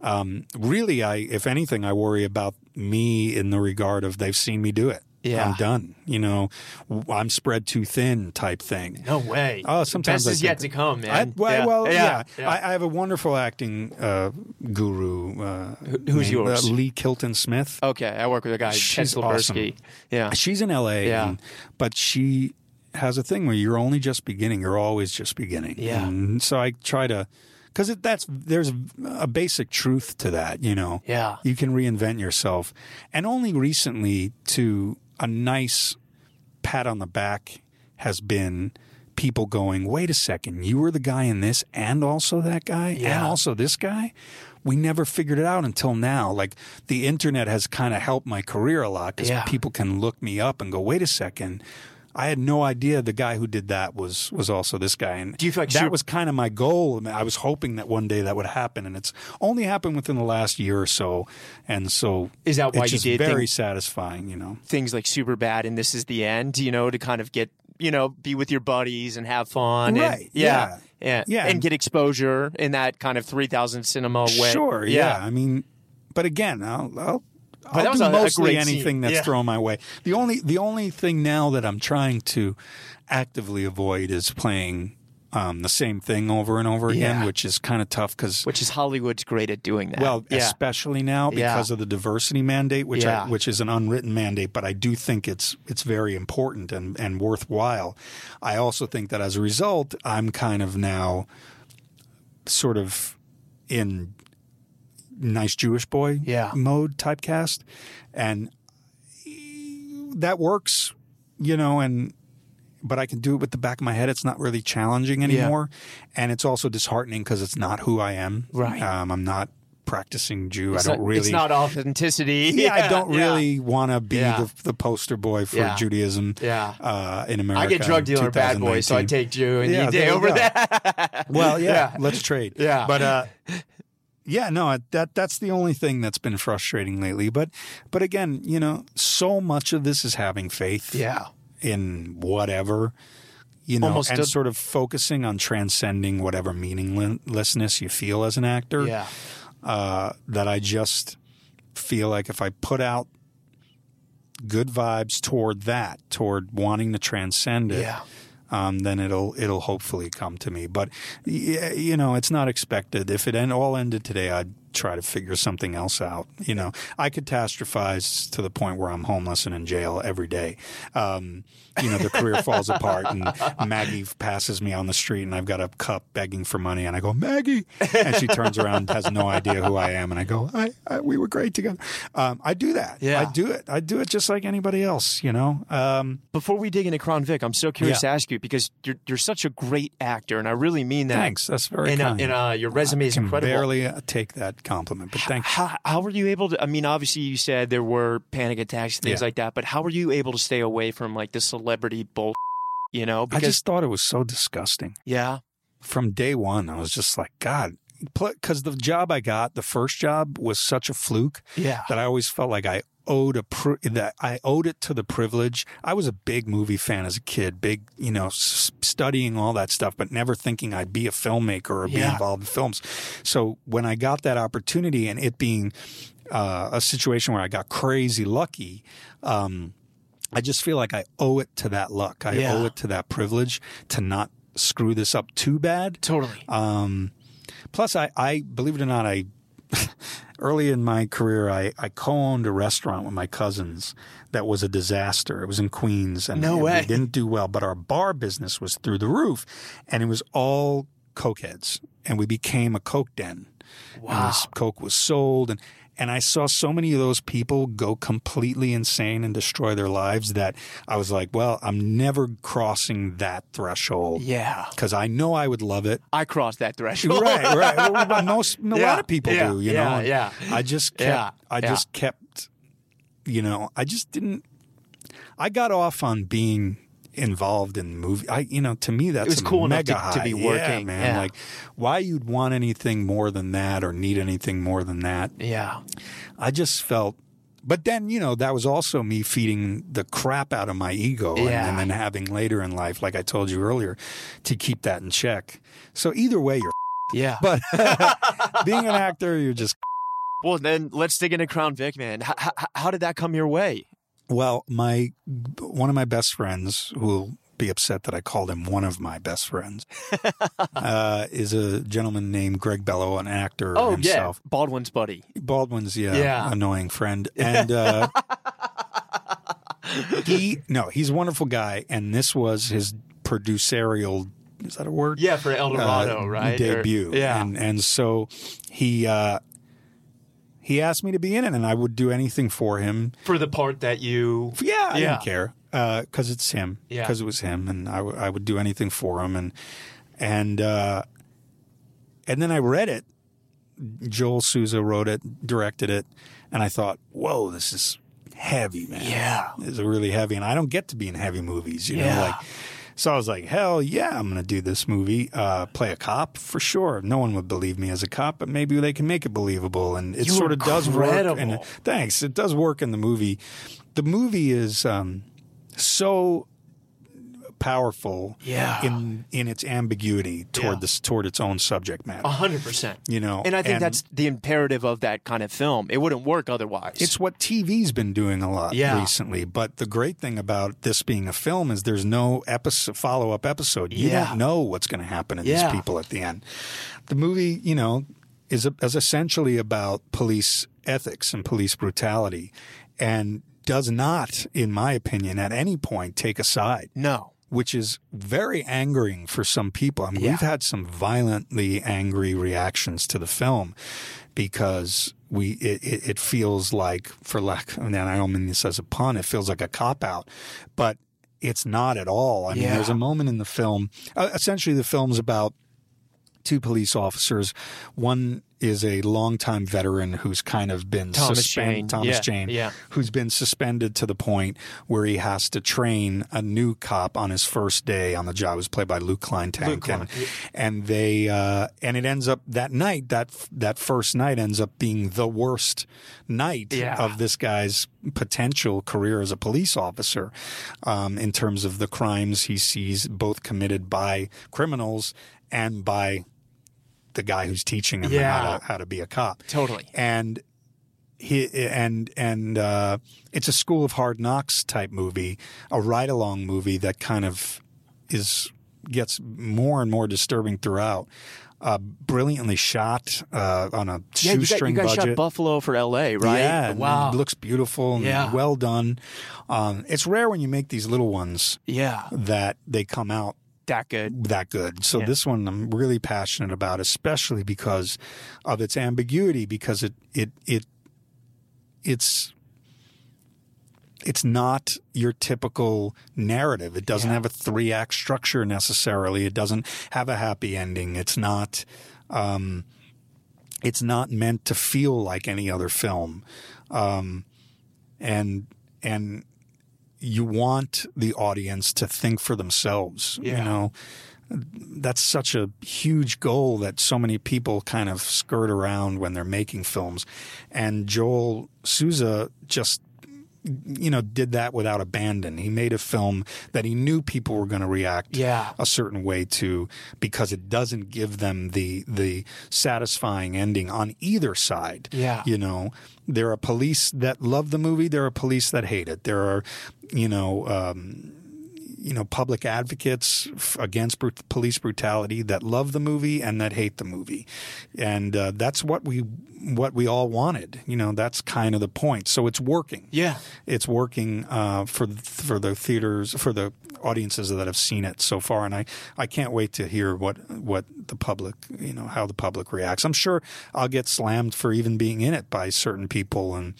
Speaker 2: Um, really, I if anything, I worry about me in the regard of they've seen me do it.
Speaker 1: Yeah.
Speaker 2: I'm done. You know, w- I'm spread too thin type thing.
Speaker 1: No way.
Speaker 2: Oh, sometimes
Speaker 1: Best
Speaker 2: I
Speaker 1: is yet to
Speaker 2: think-
Speaker 1: come,
Speaker 2: I,
Speaker 1: man.
Speaker 2: well, well, yeah.
Speaker 1: yeah.
Speaker 2: I, I have a wonderful acting uh, guru. Uh,
Speaker 1: who's
Speaker 2: named, uh,
Speaker 1: yours?
Speaker 2: Lee Kilton Smith.
Speaker 1: okay, I work with a guy, Ted
Speaker 2: She's
Speaker 1: Silversky. Yeah.
Speaker 2: She's in LA,
Speaker 1: Yeah.
Speaker 2: and- but she has a thing where you're only just beginning. You're always just beginning.
Speaker 1: Yeah.
Speaker 2: And so I try to, because that's there's a basic truth to that. You know.
Speaker 1: Yeah.
Speaker 2: You can reinvent yourself, and only recently to a nice pat on the back has been people going, wait a second, you were the guy in this and also that guy and
Speaker 1: Yeah.
Speaker 2: also this guy? We never figured it out until now. Like the internet has kind of helped my career a lot because
Speaker 1: Yeah.
Speaker 2: people can look me up and go, wait a second. I had no idea the guy who did that was was also this guy, and
Speaker 1: Do you feel like
Speaker 2: that
Speaker 1: you're-
Speaker 2: was kind of my goal. I mean, I was hoping that one day that would happen, and it's only happened within the last year or so. And so,
Speaker 1: Is that
Speaker 2: it's
Speaker 1: why you
Speaker 2: just
Speaker 1: did
Speaker 2: very
Speaker 1: things-
Speaker 2: satisfying? You know,
Speaker 1: things like super bad and this is the end you know to kind of get you know be with your buddies and have fun and,
Speaker 2: Right,
Speaker 1: yeah, yeah
Speaker 2: Yeah,
Speaker 1: and
Speaker 2: and-
Speaker 1: get exposure in that kind of 3000 cinema way
Speaker 2: Sure, yeah. I mean, but again, I'll, I'll, I'll
Speaker 1: that was
Speaker 2: do
Speaker 1: a- a
Speaker 2: mostly
Speaker 1: great scene.
Speaker 2: anything that's
Speaker 1: Yeah.
Speaker 2: thrown my way. The only the only thing now that I'm trying to actively avoid is playing um, the same thing over and over again,
Speaker 1: Yeah.
Speaker 2: which is kind of tough because.
Speaker 1: which is hollywood's great at doing that
Speaker 2: Well,
Speaker 1: yeah
Speaker 2: especially now
Speaker 1: Yeah.
Speaker 2: because of the diversity mandate, which
Speaker 1: Yeah.
Speaker 2: I, which is an unwritten mandate, but I do think it's it's very important and, and worthwhile. I also think that as a result, I'm kind of now sort of in nice Jewish boy
Speaker 1: Yeah.
Speaker 2: mode typecast, and that works, you know, and but I can do it with the back of my head. It's not really challenging anymore, and it's also disheartening because it's not who I am.
Speaker 1: Right.
Speaker 2: um, I'm not practicing Jew.
Speaker 1: It's
Speaker 2: I don't
Speaker 1: not-
Speaker 2: really.
Speaker 1: It's not authenticity.
Speaker 2: yeah, I don't
Speaker 1: yeah.
Speaker 2: really want to be
Speaker 1: Yeah.
Speaker 2: the, the poster boy for
Speaker 1: Yeah.
Speaker 2: Judaism
Speaker 1: Yeah.
Speaker 2: uh, in America.
Speaker 1: I get drug dealer
Speaker 2: in
Speaker 1: bad boy, so I
Speaker 2: 2019.
Speaker 1: take Jew and
Speaker 2: Yeah,
Speaker 1: you
Speaker 2: there
Speaker 1: day
Speaker 2: you
Speaker 1: over
Speaker 2: go.
Speaker 1: that.
Speaker 2: Well, yeah,
Speaker 1: Yeah.
Speaker 2: let's trade.
Speaker 1: Yeah.
Speaker 2: but uh, yeah, no, I- that that's the only thing that's been frustrating lately. But but again, you know, so much of this is having faith
Speaker 1: yeah.
Speaker 2: in whatever, you know,
Speaker 1: Almost
Speaker 2: and
Speaker 1: a-
Speaker 2: sort of focusing on transcending whatever meaninglessness you feel as an actor.
Speaker 1: Yeah.
Speaker 2: Uh, that I just feel like if I put out good vibes toward that, toward wanting to transcend it,
Speaker 1: Yeah.
Speaker 2: um, then it'll it'll hopefully come to me. But y- you know, it's not expected. If it end, all ended today, I'd try to figure something else out. You know, I catastrophize to the point where I'm homeless and in jail every day. Um, you know, the career falls apart, and Maggie passes me on the street, and I've got a cup begging for money, and I go Maggie, and she turns around, and has no idea who I am, and I go, I, I we were great together. Um, I do that.
Speaker 1: Yeah.
Speaker 2: I do it. I do it just like anybody else. You know. Um,
Speaker 1: Before we dig into Kron Vic, I'm so curious
Speaker 2: Yeah.
Speaker 1: to ask you because you're you're such a great actor, and I really mean that.
Speaker 2: thanks. That's very
Speaker 1: And, uh,
Speaker 2: kind.
Speaker 1: and uh, your resume is
Speaker 2: can
Speaker 1: incredible.
Speaker 2: barely uh, take that compliment, but thank you.
Speaker 1: how, how were you able to? I mean, obviously, you said there were panic attacks, things
Speaker 2: Yeah.
Speaker 1: like that, but how were you able to stay away from like the celebrity bull? You know,
Speaker 2: I
Speaker 1: because
Speaker 2: just thought it was so disgusting.
Speaker 1: yeah,
Speaker 2: From day one, I was just like, God, because the job I got, the first job, was such a fluke
Speaker 1: yeah,
Speaker 2: that I always felt like I owed a pri- that I owed it to the privilege. I was a big movie fan as a kid, big you know s- studying all that stuff, but never thinking I'd be a filmmaker or be
Speaker 1: Yeah.
Speaker 2: involved in films. So when I got that opportunity and it being uh, a situation where I got crazy lucky. Um, I just feel like I owe it to that luck. I
Speaker 1: Yeah.
Speaker 2: owe it to that privilege to not screw this up too bad.
Speaker 1: totally.
Speaker 2: Um, plus, I, I believe it or not, I early in my career, I, I co-owned a restaurant with my cousins that was a disaster. It was in Queens, and
Speaker 1: No
Speaker 2: and
Speaker 1: way.
Speaker 2: we didn't do well. But our bar business was through the roof, and it was all cokeheads, and we became a coke den. And
Speaker 1: Wow.
Speaker 2: this coke was sold, and and I saw so many of those people go completely insane and destroy their lives that I was like, well, I'm never crossing that threshold
Speaker 1: Yeah,
Speaker 2: because I know I would love it.
Speaker 1: I crossed that threshold.
Speaker 2: right, right. Well, but most a
Speaker 1: Yeah,
Speaker 2: lot of people
Speaker 1: yeah,
Speaker 2: do, you
Speaker 1: yeah,
Speaker 2: know. And
Speaker 1: yeah.
Speaker 2: I just kept.
Speaker 1: Yeah,
Speaker 2: I
Speaker 1: yeah.
Speaker 2: just kept. You know, I just didn't. I got off on being involved in movie. I, you know, to me that's
Speaker 1: was
Speaker 2: a
Speaker 1: cool enough
Speaker 2: mega
Speaker 1: to- to
Speaker 2: high.
Speaker 1: be
Speaker 2: Yeah,
Speaker 1: working,
Speaker 2: man.
Speaker 1: yeah.
Speaker 2: Like, why you'd want anything more than that or need anything more than that?
Speaker 1: Yeah,
Speaker 2: I just felt. But then, you know, that was also me feeding the crap out of my ego and-
Speaker 1: Yeah.
Speaker 2: and, then having later in life, like I told you earlier, to keep that in check. So either way, you're
Speaker 1: yeah.
Speaker 2: but being an actor, you're just
Speaker 1: Well, then let's dig into Crown Vic, man. How, how, how did that come your way?
Speaker 2: well. My one of my best friends who will be upset that I called him one of my best friends uh, is a gentleman named Greg Bellow, an actor himself.
Speaker 1: Oh, yeah, Baldwin's buddy.
Speaker 2: Baldwin's yeah,
Speaker 1: Yeah.
Speaker 2: annoying friend, and uh, he no, he's a wonderful guy, and this was his producerial. Is that a word?
Speaker 1: Yeah, for El Dorado,
Speaker 2: uh,
Speaker 1: right? Or-
Speaker 2: debut.
Speaker 1: yeah,
Speaker 2: and, and so he uh, he asked me to be in it, and I would do anything for him.
Speaker 1: for the part that you.
Speaker 2: Yeah, I
Speaker 1: Yeah.
Speaker 2: didn't care because it's him.
Speaker 1: Yeah.
Speaker 2: because it was him, and I, w- I would do anything for him, and and uh, and then I read it. Joel Souza wrote it, directed it, and I thought, whoa, this is heavy, man.
Speaker 1: Yeah.
Speaker 2: it's really heavy, and I don't get to be in heavy movies, you
Speaker 1: Yeah.
Speaker 2: know, like. So I was like, hell yeah, I'm going to do this movie. Uh, play a cop for sure. No one would believe me as a cop, but maybe they can make it believable. And it
Speaker 1: You
Speaker 2: sort
Speaker 1: were
Speaker 2: of does work. And
Speaker 1: incredible.
Speaker 2: thanks. It does work in the movie. The movie is um, so powerful
Speaker 1: Yeah.
Speaker 2: in in its ambiguity toward
Speaker 1: Yeah.
Speaker 2: this toward its own subject matter.
Speaker 1: a hundred percent.
Speaker 2: You know,
Speaker 1: And I think that's the imperative of that kind of film. It wouldn't work otherwise.
Speaker 2: It's what TV's been doing a lot
Speaker 1: Yeah.
Speaker 2: recently. But the great thing about this being a film is there's no episode, follow up episode. You
Speaker 1: Yeah.
Speaker 2: don't know what's going to happen to
Speaker 1: Yeah.
Speaker 2: these people at the end. The movie, you know, is, is essentially about police ethics and police brutality and does not, in my opinion, at any point take a side
Speaker 1: no.
Speaker 2: which is very angering for some people. I mean,
Speaker 1: Yeah.
Speaker 2: we've had some violently angry reactions to the film because we it, it, it feels like, for lack, and I don't mean this as a pun, it feels like a cop out, but it's not at all. I mean,
Speaker 1: Yeah.
Speaker 2: there's a moment in the film. Uh, essentially, the film's about two police officers. One is a longtime veteran who's kind of been
Speaker 1: Thomas Jane.
Speaker 2: suspended. Thomas
Speaker 1: Yeah,
Speaker 2: Jane,
Speaker 1: yeah.
Speaker 2: who's been suspended to the point where he has to train a new cop on his first day on the job. It was played by Luke Kleintank,
Speaker 1: Luke Klein,
Speaker 2: and, and they uh, and it ends up that night that that first night ends up being the worst night
Speaker 1: Yeah.
Speaker 2: of this guy's potential career as a police officer um, in terms of the crimes he sees both committed by criminals and by the guy who's teaching him
Speaker 1: Yeah.
Speaker 2: how, to, how to be a cop
Speaker 1: Totally.
Speaker 2: and he and and uh, it's a School of Hard Knocks type movie, a ride along movie that kind of is gets more and more disturbing throughout. Uh, brilliantly shot uh, on a
Speaker 1: Yeah, you guys, you
Speaker 2: shoestring
Speaker 1: guys
Speaker 2: budget.
Speaker 1: shot Buffalo for L.A., right?
Speaker 2: Yeah, and
Speaker 1: Wow.
Speaker 2: it looks beautiful and
Speaker 1: Yeah.
Speaker 2: well done. Um, it's rare when you make these little ones
Speaker 1: yeah.
Speaker 2: that they come out
Speaker 1: That good.
Speaker 2: that good. So
Speaker 1: Yeah.
Speaker 2: this one I'm really passionate about, especially because of its ambiguity, because it it it it's it's not your typical narrative. It doesn't have a three act structure necessarily. It doesn't have a happy ending. It's not um, it's not meant to feel like any other film. Um, and and you want the audience to think for themselves.
Speaker 1: Yeah.
Speaker 2: You know, that's such a huge goal that so many people kind of skirt around when they're making films. And Joel Souza just you know did that without abandon. He made a film that he knew people were going to react
Speaker 1: Yeah.
Speaker 2: a certain way to because it doesn't give them the the satisfying ending on either side.
Speaker 1: Yeah.
Speaker 2: You know, there are police that love the movie, there are police that hate it. There are, you know, um, you know, public advocates f- against brut- police brutality that love the movie and that hate the movie, and uh, that's what we what we all wanted. You know, that's kind of the point. So it's working
Speaker 1: Yeah.
Speaker 2: it's working uh, for for the theaters for the audiences that have seen it so far, and I, I can't wait to hear what what the public you know how the public reacts. I'm sure I'll get slammed for even being in it by certain people, and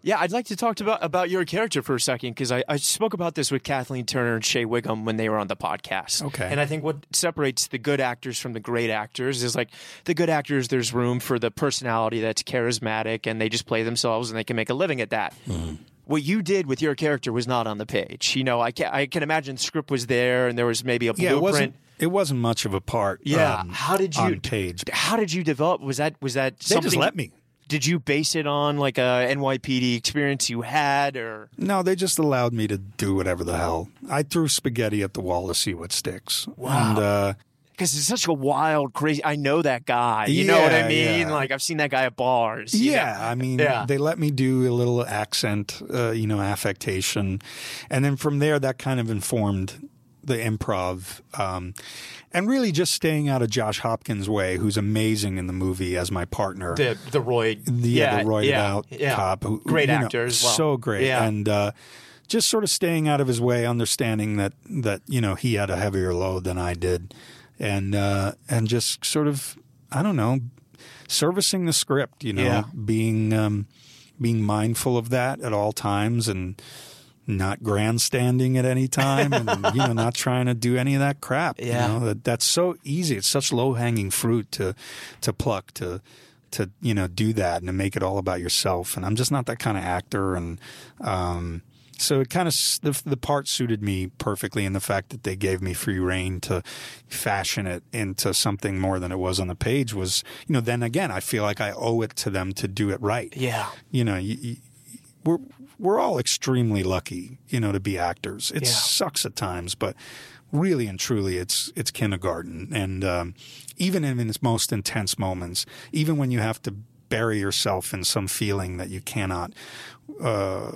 Speaker 1: Yeah, I'd like to talk to about about your character for a second because I, I spoke about this with Kathleen Turner and Shea Wiggum when they were on the podcast.
Speaker 2: Okay.
Speaker 1: and I think what separates the good actors from the great actors is like the good actors. There's room for the personality that's charismatic, and they just play themselves, and they can make a living at that.
Speaker 2: Mm-hmm.
Speaker 1: What you did with your character was not on the page. You know, I can I can imagine the script was there, and there was maybe a
Speaker 2: yeah,
Speaker 1: blueprint.
Speaker 2: it wasn't it wasn't much of a part.
Speaker 1: Yeah.
Speaker 2: um,
Speaker 1: How did you-
Speaker 2: on page?
Speaker 1: How did you develop? Was that was that
Speaker 2: They
Speaker 1: something?
Speaker 2: just let me.
Speaker 1: Did you base it on like a NYPD experience you had, or
Speaker 2: No, they just allowed me to do whatever the hell. I threw spaghetti at the wall to see what sticks. Wow. And, uh,
Speaker 1: because it's such a wild, crazy. I know that guy. You know what I
Speaker 2: Yeah,
Speaker 1: mean?
Speaker 2: yeah.
Speaker 1: Like I've seen that guy at bars. you
Speaker 2: Yeah,
Speaker 1: know?
Speaker 2: I mean,
Speaker 1: Yeah.
Speaker 2: they let me do a little accent, uh, you know, affectation, and then from there, that kind of informed the improv, um, and really just staying out of Josh Hopkins' way, who's amazing in the movie as my partner.
Speaker 1: the the Roy.
Speaker 2: the, yeah, the roided out cop, who,
Speaker 1: Great
Speaker 2: you know,
Speaker 1: actor as well.
Speaker 2: so great,
Speaker 1: Yeah.
Speaker 2: and uh, just sort of staying out of his way, understanding that that you know he had a heavier load than I did, and uh, and just sort of I don't know, servicing the script, you know,
Speaker 1: Yeah.
Speaker 2: being um, being mindful of that at all times, and not grandstanding at any time and you know not trying to do any of that crap
Speaker 1: Yeah.
Speaker 2: you know that, that's so easy it's such low hanging fruit to to pluck to to you know do that and to make it all about yourself and i'm just not that kind of actor and um so it kind of s- the, the part suited me perfectly in the fact that they gave me free reign to fashion it into something more than it was on the page was you know then again i feel like i owe it to them to do it right
Speaker 1: yeah.
Speaker 2: you know, you, you, we're we're all extremely lucky, you know, to be actors. It
Speaker 1: Yeah.
Speaker 2: sucks at times, but really and truly, it's it's kindergarten. And um, even in its most intense moments, even when you have to bury yourself in some feeling that you cannot uh,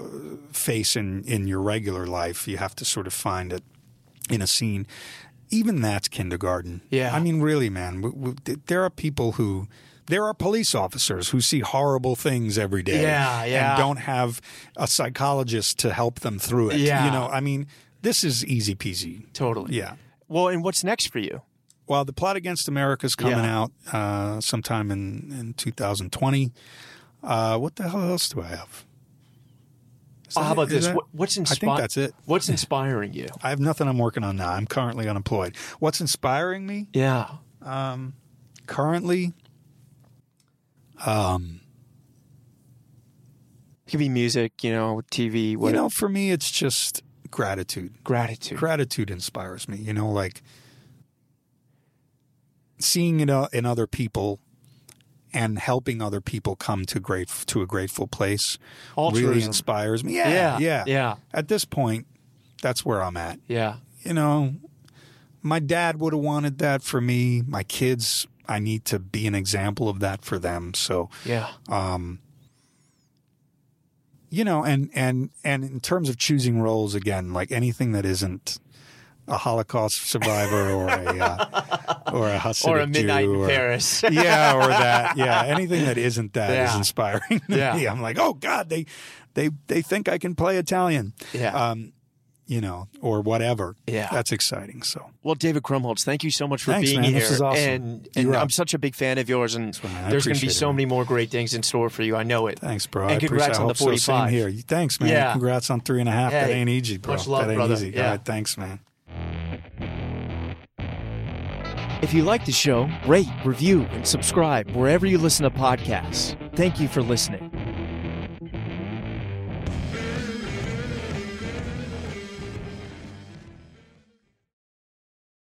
Speaker 2: face in in your regular life, you have to sort of find it in a scene. Even that's kindergarten.
Speaker 1: Yeah.
Speaker 2: I mean, really, man. W w there are people who, there are police officers who see horrible things every day.
Speaker 1: Yeah, yeah.
Speaker 2: And don't have a psychologist to help them through it.
Speaker 1: Yeah.
Speaker 2: You know, I mean, this is easy peasy.
Speaker 1: Totally.
Speaker 2: Yeah.
Speaker 1: Well, and what's next for you?
Speaker 2: Well, the plot against America is coming
Speaker 1: Yeah.
Speaker 2: out uh, sometime in, in 2020. Uh, what the hell else do I have? Is
Speaker 1: Oh,
Speaker 2: that
Speaker 1: how
Speaker 2: it?
Speaker 1: about
Speaker 2: Is
Speaker 1: this?
Speaker 2: that-
Speaker 1: What, what's
Speaker 2: I
Speaker 1: inspiring?
Speaker 2: think that's it.
Speaker 1: What's inspiring you?
Speaker 2: I have nothing I'm working on now. I'm currently unemployed. What's inspiring me?
Speaker 1: Yeah.
Speaker 2: currently,
Speaker 1: It could be music, you know, TV, what
Speaker 2: you know, for me, it's just gratitude.
Speaker 1: gratitude.
Speaker 2: Gratitude inspires me. You know, like seeing it uh, in other people and helping other people come to great to a grateful place really
Speaker 1: Altruism.
Speaker 2: inspires me.
Speaker 1: yeah,
Speaker 2: Yeah, yeah,
Speaker 1: yeah,
Speaker 2: At this point, that's where I'm at.
Speaker 1: yeah.
Speaker 2: You know, my dad would have wanted that for me. My kids, I need to be an example of that for them. So
Speaker 1: Yeah.
Speaker 2: um you know and and and in terms of choosing roles again like anything that isn't a holocaust survivor or a uh, or a Hasidic
Speaker 1: Or a midnight
Speaker 2: Jew
Speaker 1: in
Speaker 2: or-
Speaker 1: Paris.
Speaker 2: yeah or that yeah anything that isn't that is
Speaker 1: Yeah.
Speaker 2: inspiring to
Speaker 1: Yeah.
Speaker 2: me. i'm like oh god they they they think i can play italian
Speaker 1: yeah.
Speaker 2: um you know or whatever
Speaker 1: Yeah.
Speaker 2: that's exciting so
Speaker 1: Well, David Krumholtz, thank you so much for
Speaker 2: Thanks,
Speaker 1: being
Speaker 2: man.
Speaker 1: here.
Speaker 2: This is awesome.
Speaker 1: And,
Speaker 2: You
Speaker 1: and
Speaker 2: rock.
Speaker 1: I'm such a big fan of yours, and
Speaker 2: man. I
Speaker 1: there's going to be
Speaker 2: appreciate it,
Speaker 1: so
Speaker 2: man.
Speaker 1: many more great things in store for you. I know it.
Speaker 2: Thanks, bro.
Speaker 1: And
Speaker 2: I appreciate-
Speaker 1: congrats
Speaker 2: I
Speaker 1: on the
Speaker 2: hope so.
Speaker 1: 45.
Speaker 2: Same here. Thanks, man.
Speaker 1: Yeah.
Speaker 2: Congrats on three and a half. that
Speaker 1: Hey,
Speaker 2: ain't easy, bro.
Speaker 1: much love,
Speaker 2: that ain't
Speaker 1: brother.
Speaker 2: easy.
Speaker 1: Yeah.
Speaker 2: All right, thanks, man.
Speaker 1: If you like the show, rate, review, and subscribe wherever you listen to podcasts. Thank you for listening.